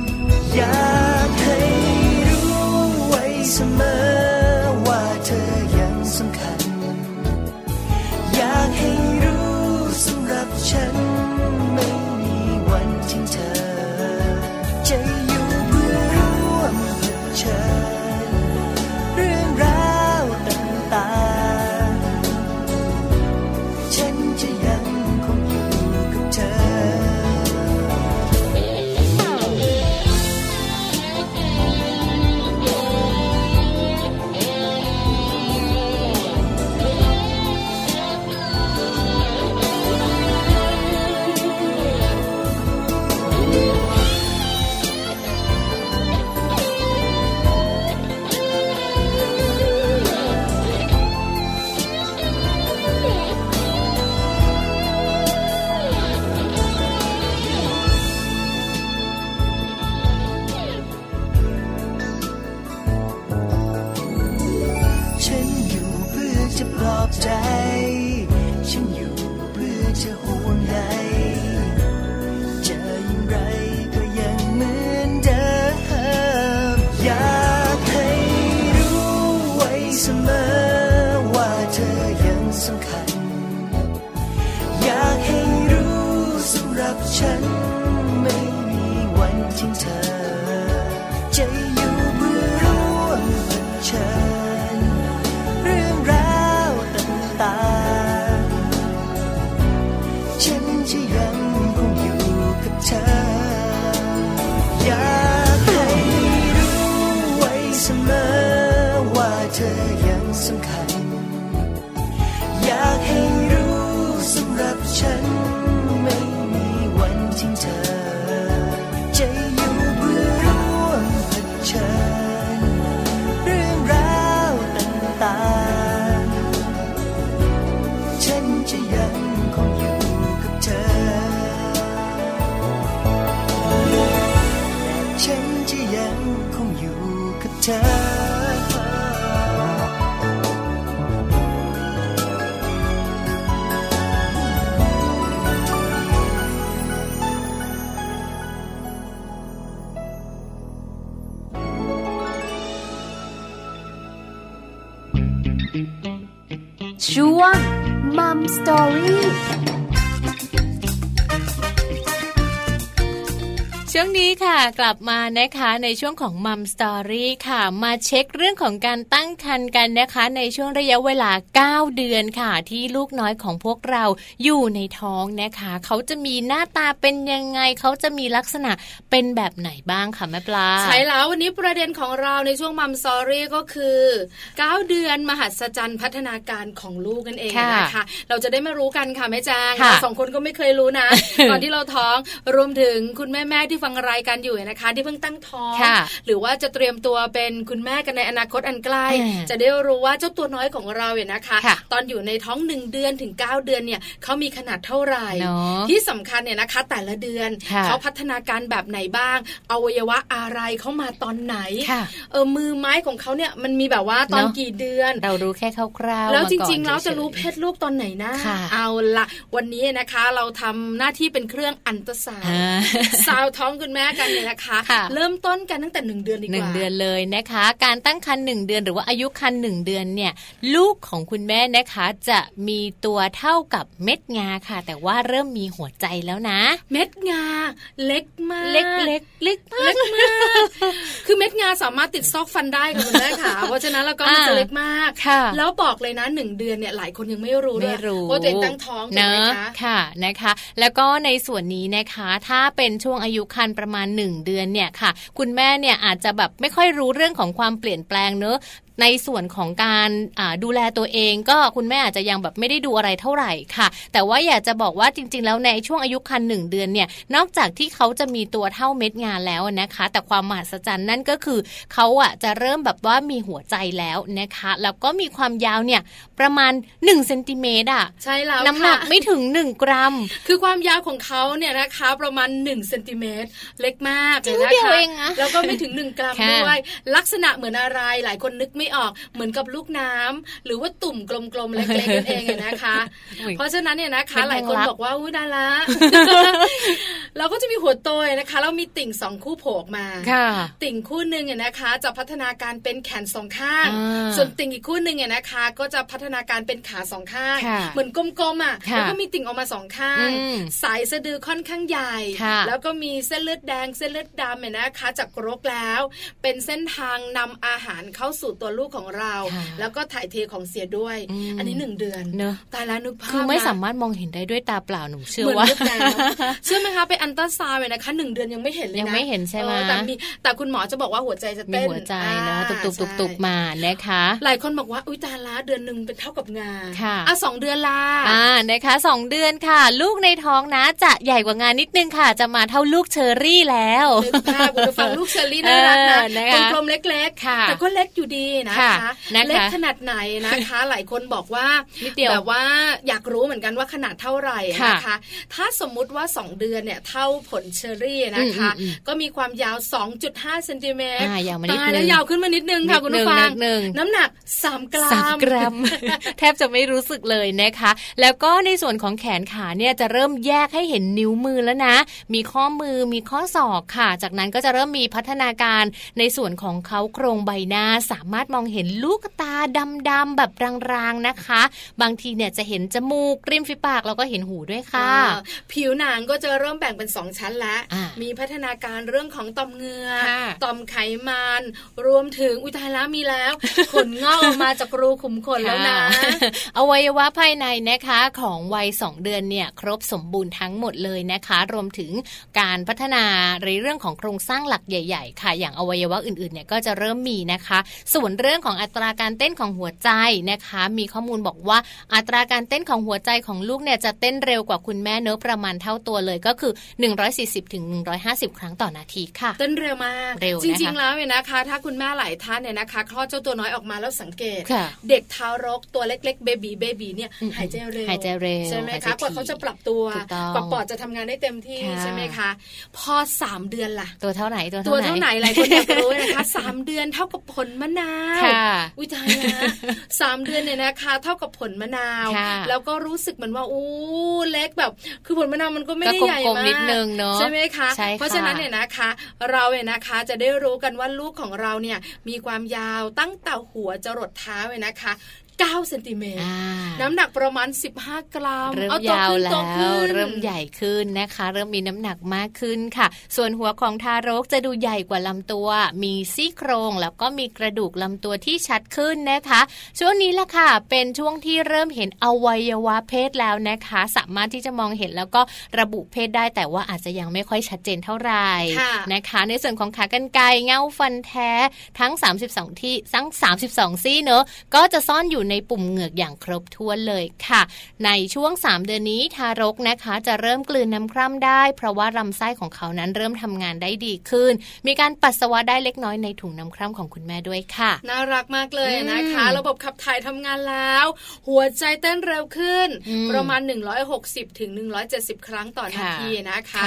E: ช้า
F: ช่วงมัมสตอรี่
B: ช่วงนี้ค่ะกลับมานะคะในช่วงของมัมสตอรี่ค่ะ มาเช็คเรื่องของการตั้งครรภ์กันนะคะ ในช่วงระยะเวลา 9 เดือนค่ะ ที่ลูกน้อยของพวกเราอยู่ในท้องนะคะ เขาจะมีหน้าตาเป็นยังไง เขาจะมีลักษณะเป็นแบบไหนบ้างค่ะแม่ปลา
C: ใช่แล้ววันนี้ประเด็นของเราในช่วงมัมซอรี่ก็คือ9เดือนมหัศจรรย์พัฒนาการของลูกนั่นเอง
B: ค่ะ
C: นะคะเราจะได้ไม่รู้กันค่ะแม่จาง
B: ค่ะ
C: เราสองคนก็ไม่เคยรู้ นะ ตอนที่เราท้องรวมถึงคุณแม่แม่ๆที่ฟังรายการอยู่นะคะ ที่เพิ่งตั้งท้อง
B: ค่ะ
C: หรือว่าจะเตรียมตัวเป็นคุณแม่กันในอนาคตอันใกล้
B: อ่า
C: จะได้รู้ว่าเจ้าตัวน้อยของเราเนี่ยนะคะ
B: ค่ะ
C: ตอนอยู่ในท้องหนึ่งเดือนถึง 9 เดือนเนี่ยเขามีขนาดเท่าไหร่
B: เนอะ
C: ที่สำคัญเนี่ยนะคะ แต่ละเดือน
B: ค่ะ
C: เขา พัฒนาการแบบไหนบ้าง อวัยวะอะไรเข้ามาตอนไหน
B: ค่ะ
C: เออ มือไม้ของเขาเนี่ยมันมีแบบว่าตอน
B: เนอะ
C: กี่เดือน
B: เรารู้แค่คร่าวๆ
C: แล้วจ
B: มาก่อน
C: ริงๆแล้วจะ
B: ฉยๆ
C: รู้เพศลูกตอนไหนนะ
B: ค่ะ
C: เอาละวันนี้นะคะ เราทำหน้าที่เป็นเครื่องอันตราซาวด์
B: อ่า
C: ซาวด์ท้องคุณแม่กันเนี่ยนะคะ
B: ค่ะ
C: เริ่มต้นกันตั้งแต่หนึ่งเดือนดีก
B: หนึ่ง
C: ว่า
B: เดือนเลยนะคะ การตั้งครรภ์หนึ่งเดือนหรือว่าอายุครรภ์หนึ่งเดือนเนี่ย ลูกของคุณแม่นะคะ จะมีตัวเท่ากับเม็ดงาค่ะ แต่ว่าเริ่มมีหัวใจแล้วนะ
C: เม็ดงาเล็กมาก
B: เล็กเล็กเล็กมาก
C: คือเม็ดงาสามารถติดซอกฟันได้ค่ะคุณแม่ ค่ะ เพราะฉะนั้นแล้วก็มัน
B: อ่า
C: จะเล็กมาก
B: ค่ะ
C: แล้วบอกเลยนะหนึ่งเดือนเนี่ยหลายคนยังไม่รู้ด้ว
B: ไม่
C: ย
B: รู้
C: ว่าตัวเองตั้งท้องถูก
B: นะ
C: ไหมคะ
B: ค่ะนะคะ แล้วก็ในส่วนนี้นะคะ ถ้าเป็นช่วงอายุครรภ์ประมาณ 1 เดือนเนี่ยค่ะ คุณแม่เนี่ยอาจจะแบบไม่ค่อยรู้เรื่องของความเปลี่ยนแปลงเนอะในส่วนของการอ่าดูแลตัวเองก็คุณแม่อาจจะยังแบบไม่ได้ดูอะไรเท่าไหร่ค่ะ แต่ว่าอยากจะบอกว่าจริง ๆ แล้วในช่วงอายุครรภ์หนึ่งเดือนเนี่ยนอกจากที่เขาจะมีตัวเท่าเม็ดงานแล้วนะคะ แต่ความมหัศจรรย์นั่นก็คือเขาอ่ะจะเริ่มแบบว่ามีหัวใจแล้วนะคะแล้วก็มีความยาวเนี่ยประมาณ1เซนติเมตรอ่ะ
C: ใช่แล้ว
B: น้ำหนัก
C: ค่ะ
B: ไม่ถึง 1 กรัม
C: คือความยาวของเขาเนี่ยนะคะประมาณ1เซนติเมตรเล็กมาก
B: จิ๋ว
C: ลนะ
B: เดียว
C: คะ
B: เองอะ
C: แล้วก็ไม่ถึง 1 กรัม
B: ค่ะ
C: ด้วย ลักษณะเหมือนอะไรหลายคนนึกไม่ออกเหมือนกับลูกน้ำหรือว่าตุ่มกลมๆเล็กๆนั่นเองอะนะคะ
B: อุ๊ย
C: เพราะฉะนั้นเนี่ยนะคะ
B: เป็น
C: หลายคน
B: แมงลัก
C: บอกว่าอุ้ยดารา เราก็จะมีหัวโตยนะคะแล้วมีติ่งสองคู่โผล่ออกมา
B: ค่ะ
C: ติ่งคู่หนึ่งเนี่ยนะคะ จะพัฒนาการเป็นแขนสองข้าง
B: อ่า
C: ส่วนติ่งอีกคู่หนึ่งเนี่ยนะคะ ก็จะพัฒนาการเป็นขาสองข้าง
B: ค่ะ
C: เหมือนกลมๆอ่ะ
B: ค่ะ
C: แล้วก็มีติ่งออกมาสองข้าง
B: อืม
C: สายสะดือค่อนข้างใหญ่
B: ค่ะ
C: แล้วก็มีเส้นเลือดแดงเส้นเลือดดำเนี่ยนะคะ จากรกแล้ว เป็นเส้นทางนำอาหารเข้าสู่ตัวลูกของเรา
B: ค่ะ
C: แล้วก็ถ่ายเทของเสียด้วย
B: อืม
C: อันนี้หนึ่งเดือน
B: เนอะ
C: ตายแล้วนึกภาพ
B: คือไม่
C: นะ
B: สามารถมองเห็นได้ด้วยตาเปล่าหนูเชื่อ
C: เหมือน
B: ว่า
C: ลูกแมวเชื่อไหมคะ ไปอันตราซาวน์เนี่ยนะคะหนึ่งเดือนยังไม่เห็นเลยนะ
B: ยังไม่เห็นใช่ไหม
C: ออแต่มีแต่คุณหมอจะบอกว่าหัวใจจะ
B: มี
C: เต้น
B: หัวใจเน
C: อ่า
B: อะตุบตุบตุบตุบ
C: ใช่
B: มานะคะ
C: หลายคนบอกว่าอุ้ยตาละเดือนหนึ่งเป็นเท่ากับงา
B: ค่ะ
C: อ่ะสองเดือนละ
B: อ่านะคะสองเดือนค่ะ ลูกในท้องนะจะใหญ่กว่างานนิดนึงค่ะ จะมาเท่าลูกเชอรี่แล้ว
C: นึกภาพคุณผู้ฟังลูกเชอรี่น่ารักนะ
B: เออนะคะ
C: กลมๆเล็ก
B: ค่ะ
C: ๆแต่ก็เล็กอยู่ดีนะ
B: ค่ะ
C: คะ
B: นะคะ
C: เล็กขนาดไหน นะคะ หลายคนบอกว่า
B: นิดเดียว
C: แบบว่าอยากรู้เหมือนกันว่าขนาดเท่าไหร่นะคะ ถ้าสมมุติว่าสองเดือนเนี่ยเท่าผลเชอรี่นะคะ
B: อืมอืมอืม
C: ก็มีความยาว 2.5เซนติเมตร
B: อ่ายาวมานิด
C: ตาย
B: นึ
C: แล้
B: ง
C: ว ยาวขึ้นมานิดนึงค่ะ
B: นิดนึง
C: คุณผู้ฟัง
B: นิดนึง
C: น้ำหนัก 3 กรัม
B: สามกรัม แทบจะไม่รู้สึกเลยนะคะ แล้วก็ในส่วนของแขนขาเนี่ยจะเริ่มแยกให้เห็นนิ้วมือแล้วนะ มีข้อมือมีข้อศอกค่ะ จากนั้นก็จะเริ่มมีพัฒนาการในส่วนของเขาโครงใบหน้าสามารถมองเห็นลูกตาดำๆแบบรางๆนะคะ บางทีเนี่ยจะเห็นจมูกริมฝีปากแล้วก็เห็นหูด้วยค่ะ
C: อ่าผิวหนังก็จะเริ่มแบ่งเป็น 2 ชั้นแล้ว
B: อ่ามี
C: มีพัฒนาการเรื่องของต่อมเหงือ
B: ค่ะ
C: ต่อมไขมัน รวมถึงอุยตายแล้วมีแล้ว ขนงอกออกมาจากรูขุมขนแล้วนะ
B: ค่อวัยวะภายในนะคะของวัย 2 เดือนเนี่ยครบสมบูรณ์ทั้งหมดเลยนะคะ รวมถึงการพัฒนาในเรื่องของโครงสร้างหลักใหญ่ ๆ ค่ะ อย่างอวัยวะอื่นๆเนี่ยก็จะเริ่มมีนะคะ ส่วน เรื่องของอัตราการเต้นของหัวใจนะคะ มีข้อมูลบอกว่าอัตราการเต้นของหัวใจของลูกเนี่ยจะเต้นเร็วกว่าคุณแม่เนอะประมาณเท่าตัวเลยก็คือ 140ถึง150 ครั้งต่อนาทีค่ะ
C: เต้นเร็วมาก
B: เร็วนะคะ
C: จริง ๆ แล้วเนี่ยนะคะ ถ้าคุณแม่หลายท่านเนี่ยนะคะคลอดเจ้าตัวน้อยออกมาแล้วสังเกต
B: ค่ะ
C: เด็กทารกตัวเล็ก ๆ เบบีเบบีเนี่ย
B: อืม
C: หายใจเร็ว
B: หายใจเร็ว
C: ใช่ไหม
B: หายใจ
C: คะกว่าเขาจะปรับตัว
B: ถูก
C: ก
B: ต้อง
C: ว่าปอดจะทำงานได้เต็มที่
B: ค่ะ
C: ใช่ไหมคะ พอสามเดือนล่ะ
B: ตัวเท่าไหร่ตัว
C: ตัว
B: เท่าไหร่
C: เท่าไหนหลายคนอยากรู้นะคะสามเดือนเท่ากับผลมะนาว
B: ค่ะ
C: อุ้ยตายนะสามเดือนเนี่ยนะคะ เท่ากับผลมะนาว
B: ค่ะ
C: แล้วก็รู้สึกเหมือนว่าอู้เล็กแบบ คือผลมะนาวมันก็ไม่ได้
B: ก็กลมๆ
C: ใหญ่มาก
B: นิดนึงเนอะ
C: ใช่ไหมคะ
B: ใช่ค่ะ
C: เพราะฉะนั้นเนี่ยนะคะ เราเนี่ยนะคะจะได้รู้กันว่าลูกของเราเนี่ยมีความยาวตั้งแต่หัวจรดเท้าเลยนะคะ9เซนติเมตร
B: อ่า
C: น้ำหนักประมาณ 15 กรัม
B: เริ่ม
C: อตั
B: ยาว
C: ขึ้น
B: แล้
C: ตัขึ้
B: วน เริ่มใหญ่ขึ้นนะคะ เริ่มมีน้ำหนักมากขึ้นค่ะ ส่วนหัวของทารกจะดูใหญ่กว่าลำตัว มีซี่โครงแล้วก็มีกระดูกลำตัวที่ชัดขึ้นนะคะ ช่วงนี้ล่ะค่ะ เป็นช่วงที่เริ่มเห็นอวัยวะเพศแล้วนะคะ สามารถที่จะมองเห็นแล้วก็ระบุเพศได้แต่ว่าอาจจะยังไม่ค่อยชัดเจนเท่าไหร่
C: ค่ะ
B: นะคะ ในส่วนของขากรรไกรเง้าฟันแท้ทั้ง 32 ที่ทั้ง 32 ซี่เนอะก็จะซ่อนอยู่ในปุ่มเหงือกอย่างครบถ้วนเลยค่ะ ในช่วง 3 เดือนนี้ทารกนะคะจะเริ่มกลืนน้ำคร่ำได้ เพราะว่าลำไส้ของเขานั้นเริ่มทำงานได้ดีขึ้น มีการปัสสาวะได้เล็กน้อยในถุงน้ำคร่ำของคุณแม่ด้วยค่ะ
C: น่ารักมากเลยนะคะ
B: อืม
C: ระบบขับถ่ายทำงานแล้ว หัวใจเต้นเร็วขึ้น
B: อืม
C: ประมาณ 160ถึง170 ครั้งต่อนา
B: ค่ะ
C: ทีนะคะ
B: ค่ะ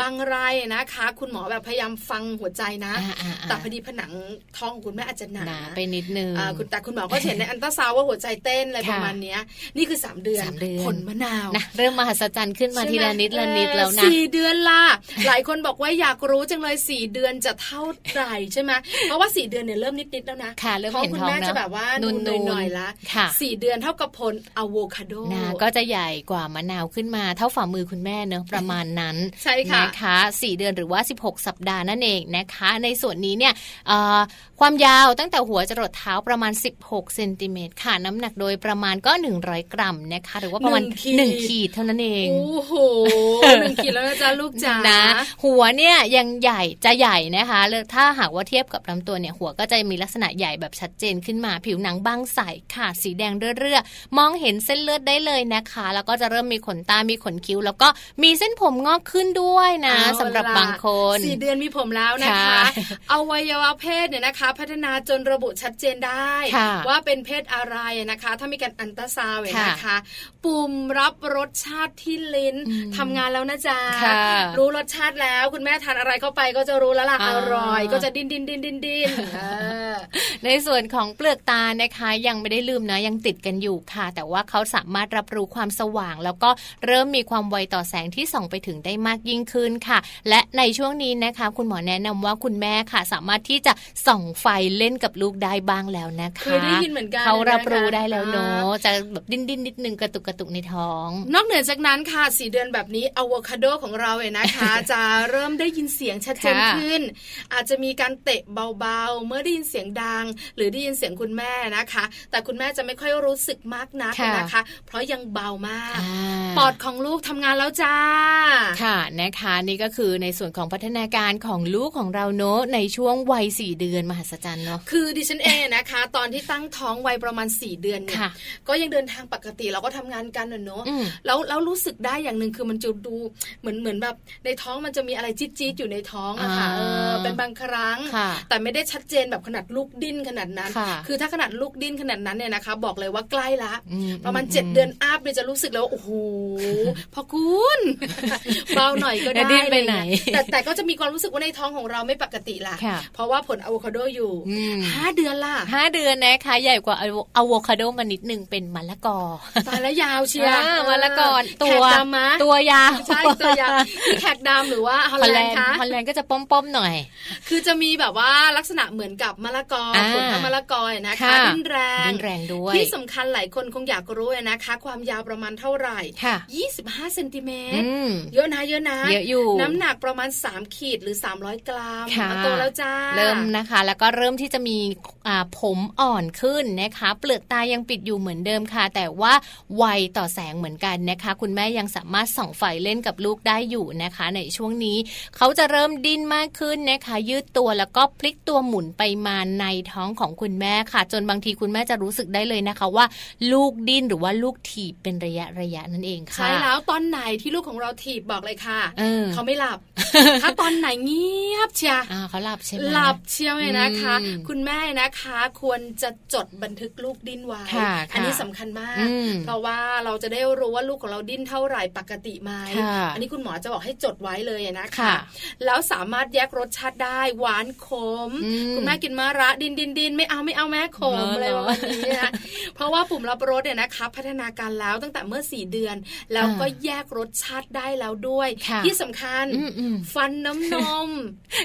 C: บางรายนะคะ คุณหมอแบบพยายามฟังหัวใจนะ
B: อ่าๆๆ
C: แต่พอดีผนังท้องของคุณแม่อาจจะหนา
B: หนาไปนิดนึง
C: อ่าคุณแต่คุณหมอก็เห็นในอันตราซาวด์ว่าหัวใจเต้นอะไรป
B: ค่ะ
C: ระมาณเนี้ยนี่คือ 3 เดือน
B: สามเดือน
C: ผลมะนาว
B: นะเริ่มมหัศจรรย์ขึ้นมา
C: ใช่ไห
B: ทีละนิดละนิดแล้ว
C: เออ
B: นะ
C: สี่เดือนล่ะ หลายคนบอกว่าอยากรู้จังเลยสี่เดือนจะเท่าไหร่ใช่ไหมเพราะว่าสี่เดือนเนี่ยเริ่มนิดๆแล้วนะ
B: ค่ะเริ่ม
C: ท้อง
B: เห็น
C: คุณ
B: ท้อง
C: แม่
B: เนอะ
C: จะแบบว่า
B: นู
C: นู
B: น
C: น
B: ๆ
C: หน่อยๆละ
B: ค่ะ
C: สี่เดือนเท่ากับผลอะโวคาโด
B: นะก็จะใหญ่กว่ามะนาวขึ้นมาเท่าฝ่ามือคุณแม่เนอะ ประมาณนั้น
C: ใช่ค่ะ
B: นะคะ4เดือนหรือว่า 16 สัปดาห์นั่นเองนะคะ ในส่วนนี้เนี่ยเอ่อความยาวตั้งแต่หัวจรดเท้าประมาณ 16เซนติเมตรค่ะน้ำหนักโดยประมาณก็ 100 กรัมนะคะ หรือว่าประมาณ
C: หนึ่งขีด
B: 1 ขีดเท่านั้นเอง
C: โอ้โหหนึ่งขีดแล้วนะจ๊ะลูกจ๋า
B: นะหัวเนี่ยยังใหญ่จะใหญ่นะคะแล้วถ้าหากว่าเทียบกับลำตัวเนี่ยหัวก็จะมีลักษณะใหญ่แบบชัดเจนขึ้นมา ผิวหนังบางใสค่ะสีแดงเรื่อๆมองเห็นเส้นเลือดได้เลยนะคะ แล้วก็จะเริ่มมีขนตา มีขนคิ้ว แล้วก็มีเส้นผมงอกขึ้นด้วยนะ
C: เอา
B: สำหรับบางคน
C: ล่ะสี่เดือนมีผมแล้วนะคะ
B: ค่ะ
C: อวัยวะเพศเนี่ยนะคะ พัฒนาจนระบุชัดเจนได้
B: ค่ะ
C: ว่าเป็นเพศอะไรนะคะ ถ้ามีการอันตราซาวน์เนี่ยนะคะ ปุ่มรับรสชาติที่ลิ้น
B: อืม
C: ทำงานแล้วนะจ๊ะ
B: ค่ะ
C: รู้รสชาติแล้วคุณแม่ทานอะไรเข้าไปก็จะรู้แล้วล่ะ
B: อ่า
C: อร่อย ก็จะดิ้นดิ้นดิ้นดิ้นดิ้นเออ
B: ในส่วนของเปลือกตานะคะ ยังไม่ได้ลืมนะยังติดกันอยู่ค่ะ แต่ว่าเขาสามารถรับรู้ความสว่าง แล้วก็เริ่มมีความไวต่อแสงที่ส่องไปถึงได้มากยิ่งขึ้นค่ะ และในช่วงนี้นะคะ คุณหมอแนะนำว่าคุณแม่ค่ะ สามารถที่จะส่องไฟเล่นกับลูกได้บ้างแล้วนะคะ
C: เคยได้ยินเหมือนกัน
B: เขารับรู้
C: นะคะ
B: ได้แล้วเนาะจะแบบดิ้นดิ้นนิดนึงกระตุกกระตุกในท้อง
C: นอกเหนือจากนั้นค่ะสีเดือนแบบนี้อะโวคาโดของเราเนี่ยนะคะ จะเริ่มได้ยินเสียงชัดเจน
B: ค่ะ
C: ขึ้น อาจจะมีการเตะเบาๆ เมื่อได้ยินเสียงดัง หรือได้ยินเสียงคุณแม่นะคะ แต่คุณแม่จะไม่ค่อยรู้สึกมากนัก
B: ค่ะ
C: นะคะ เพราะยังเบามาก
B: อ่า
C: ปอดของลูกทำงานแล้วจ้า
B: ค่ะนะคะนี่ก็คือในส่วนของพัฒนาการของลูกของเราเนาะในช่วงวัยสี่เดือนมหัศจรรย์เนาะ
C: คือดิฉันเองนะคะ ตอนที่ตั้งท้องวัยประมาณ 4 เดือนเนี่ย
B: ค่ะ
C: ก็ยังเดินทางปกติเราก็ทำงานกันน่ะเนอะ
B: อืม
C: แล้วแล้วรู้สึกได้อย่างหนึ่งคือมันจะดูเหมือนเหมือนแบบในท้องมันจะมีอะไรจี๊ดจี๊ดๆอยู่ในท้องอะค่ะ
B: อ่า
C: เออเป็นบางครั้ง
B: ค่ะ
C: แต่ไม่ได้ชัดเจนแบบขนาดลูกดิ้นขนาดนั้น
B: ค่ะ
C: อถ้าขนาดลูกดิ้นขนาดนั้นเนี่ยนะคะ บอกเลยว่าใกล้ละ
B: อืม
C: ประมาณ
B: อืม
C: 7 เดือนอัพเนี่ยจะรู้สึกแล้วว่าโอ้โหพอคุณ เบาหน่อยก็
B: แล้
C: ได้
B: วดิ้นไปไหน
C: อะรเงี้ยแต่แต่ก็จะมีความรู้สึกว่าในท้องของเราไม่ปกติละ
B: ค่ะ
C: เพราะว่าผลอะโวคาโดอยู่
B: อืม
C: ห้าเดือน ล่ะ
B: ห้าเดือนนะคะใหญ่กว่าอะโวคาโดมานิดนึงเป็นมะละกอ
C: ตายแล้วยาวเชีย
B: อ่ามะละกอตั
C: แข
B: ว
C: กดำมะ
B: ตัวยาว
C: ใช่ตัวยาวคือแขกดำหรือว่าฮอล
B: ฮอล
C: แล
B: แล
C: น
B: น
C: ด์
B: ด์
C: คะ
B: ฮอลแลนด์ก็จะป้อมๆหน่อย
C: คือจะมีแบบว่าลักษณะเหมือนกับมะละกอ
B: อ่า
C: ผลของมะละกอเนี่ยนะคะ
B: ค่ะ
C: ดิ้นแรง
B: ดิ้นแรงด้วย
C: ที่สำคัญหลายคนคงอยากรู้นะคะ ความยาวประมาณเท่าไหร่
B: ค่ะ
C: 25เซนติเมตร
B: อืม
C: เยอะนะเยอะนะ
B: เยอะอยู่
C: น้ำหนักประมาณ 3 ขีดหรือ 300 กรัม
B: ค่ะ
C: โตแล้วจ้า
B: เริ่มนะคะ แล้วก็เริ่มที่จะมี อ่าผมอ่อนขึ้นนะคะ เปลือกตายังปิดอยู่เหมือนเดิมค่ะ แต่ว่าไวต่อแสงเหมือนกันนะคะ คุณแม่ยังสามารถส่องไฟเล่นกับลูกได้อยู่นะคะ ในช่วงนี้ เขาจะเริ่มดิ้นมากขึ้นนะคะ ยืดตัวแล้วก็พลิกตัวหมุนไปมาในท้องของคุณแม่ค่ะ จนบางทีคุณแม่จะรู้สึกได้เลยนะคะว่า ลูกดิ้นหรือว่าลูกถีบเป็นระยะระยะนั่นเองค่ะ
C: ใช่แล้วตอนไหนที่ลูกของเราถีบบอกเลยค่ะ
B: เออ
C: เขาไม่ห ลับ ถ้าตอนไหนเงียบเชีย
B: อ่าเขาหลับใช่ไหม
C: หลับเชียวเลยนะคะ
B: อืม
C: คุณแม่นะคะ ควรจะจดบันทึกลูกดิ้นไว้
B: ค่ะค่ะ
C: อันี้สำคัญมาก
B: อืม
C: เพราะว่าเราจะได้รู้ว่าลูกของเราดิ้นเท่าไหร่ปกติไหม
B: ค่ะ
C: อันี้คุณหมอจะบอกให้จดไว้เลยนะ
B: ค่ะ
C: แล้วสามารถแยกรสชาติได้หวานขม
B: อืม
C: คุณแม่กินมะระดินดินดินไม่เอาไม่เอาแม่ขมอะ
B: เหรออ
C: ไรประมาณนี้นะ เพราะว่าปุ่มรับรสเนี่ยนะคะพัฒนาการแล้วตั้งแต่เมื่อ 4 เดือน แล้วก็แยกรสชาติได้แล้วด้วย
B: ค่ะ
C: ที่สำคัญ
B: อืมอืม
C: ฟันน้ำนม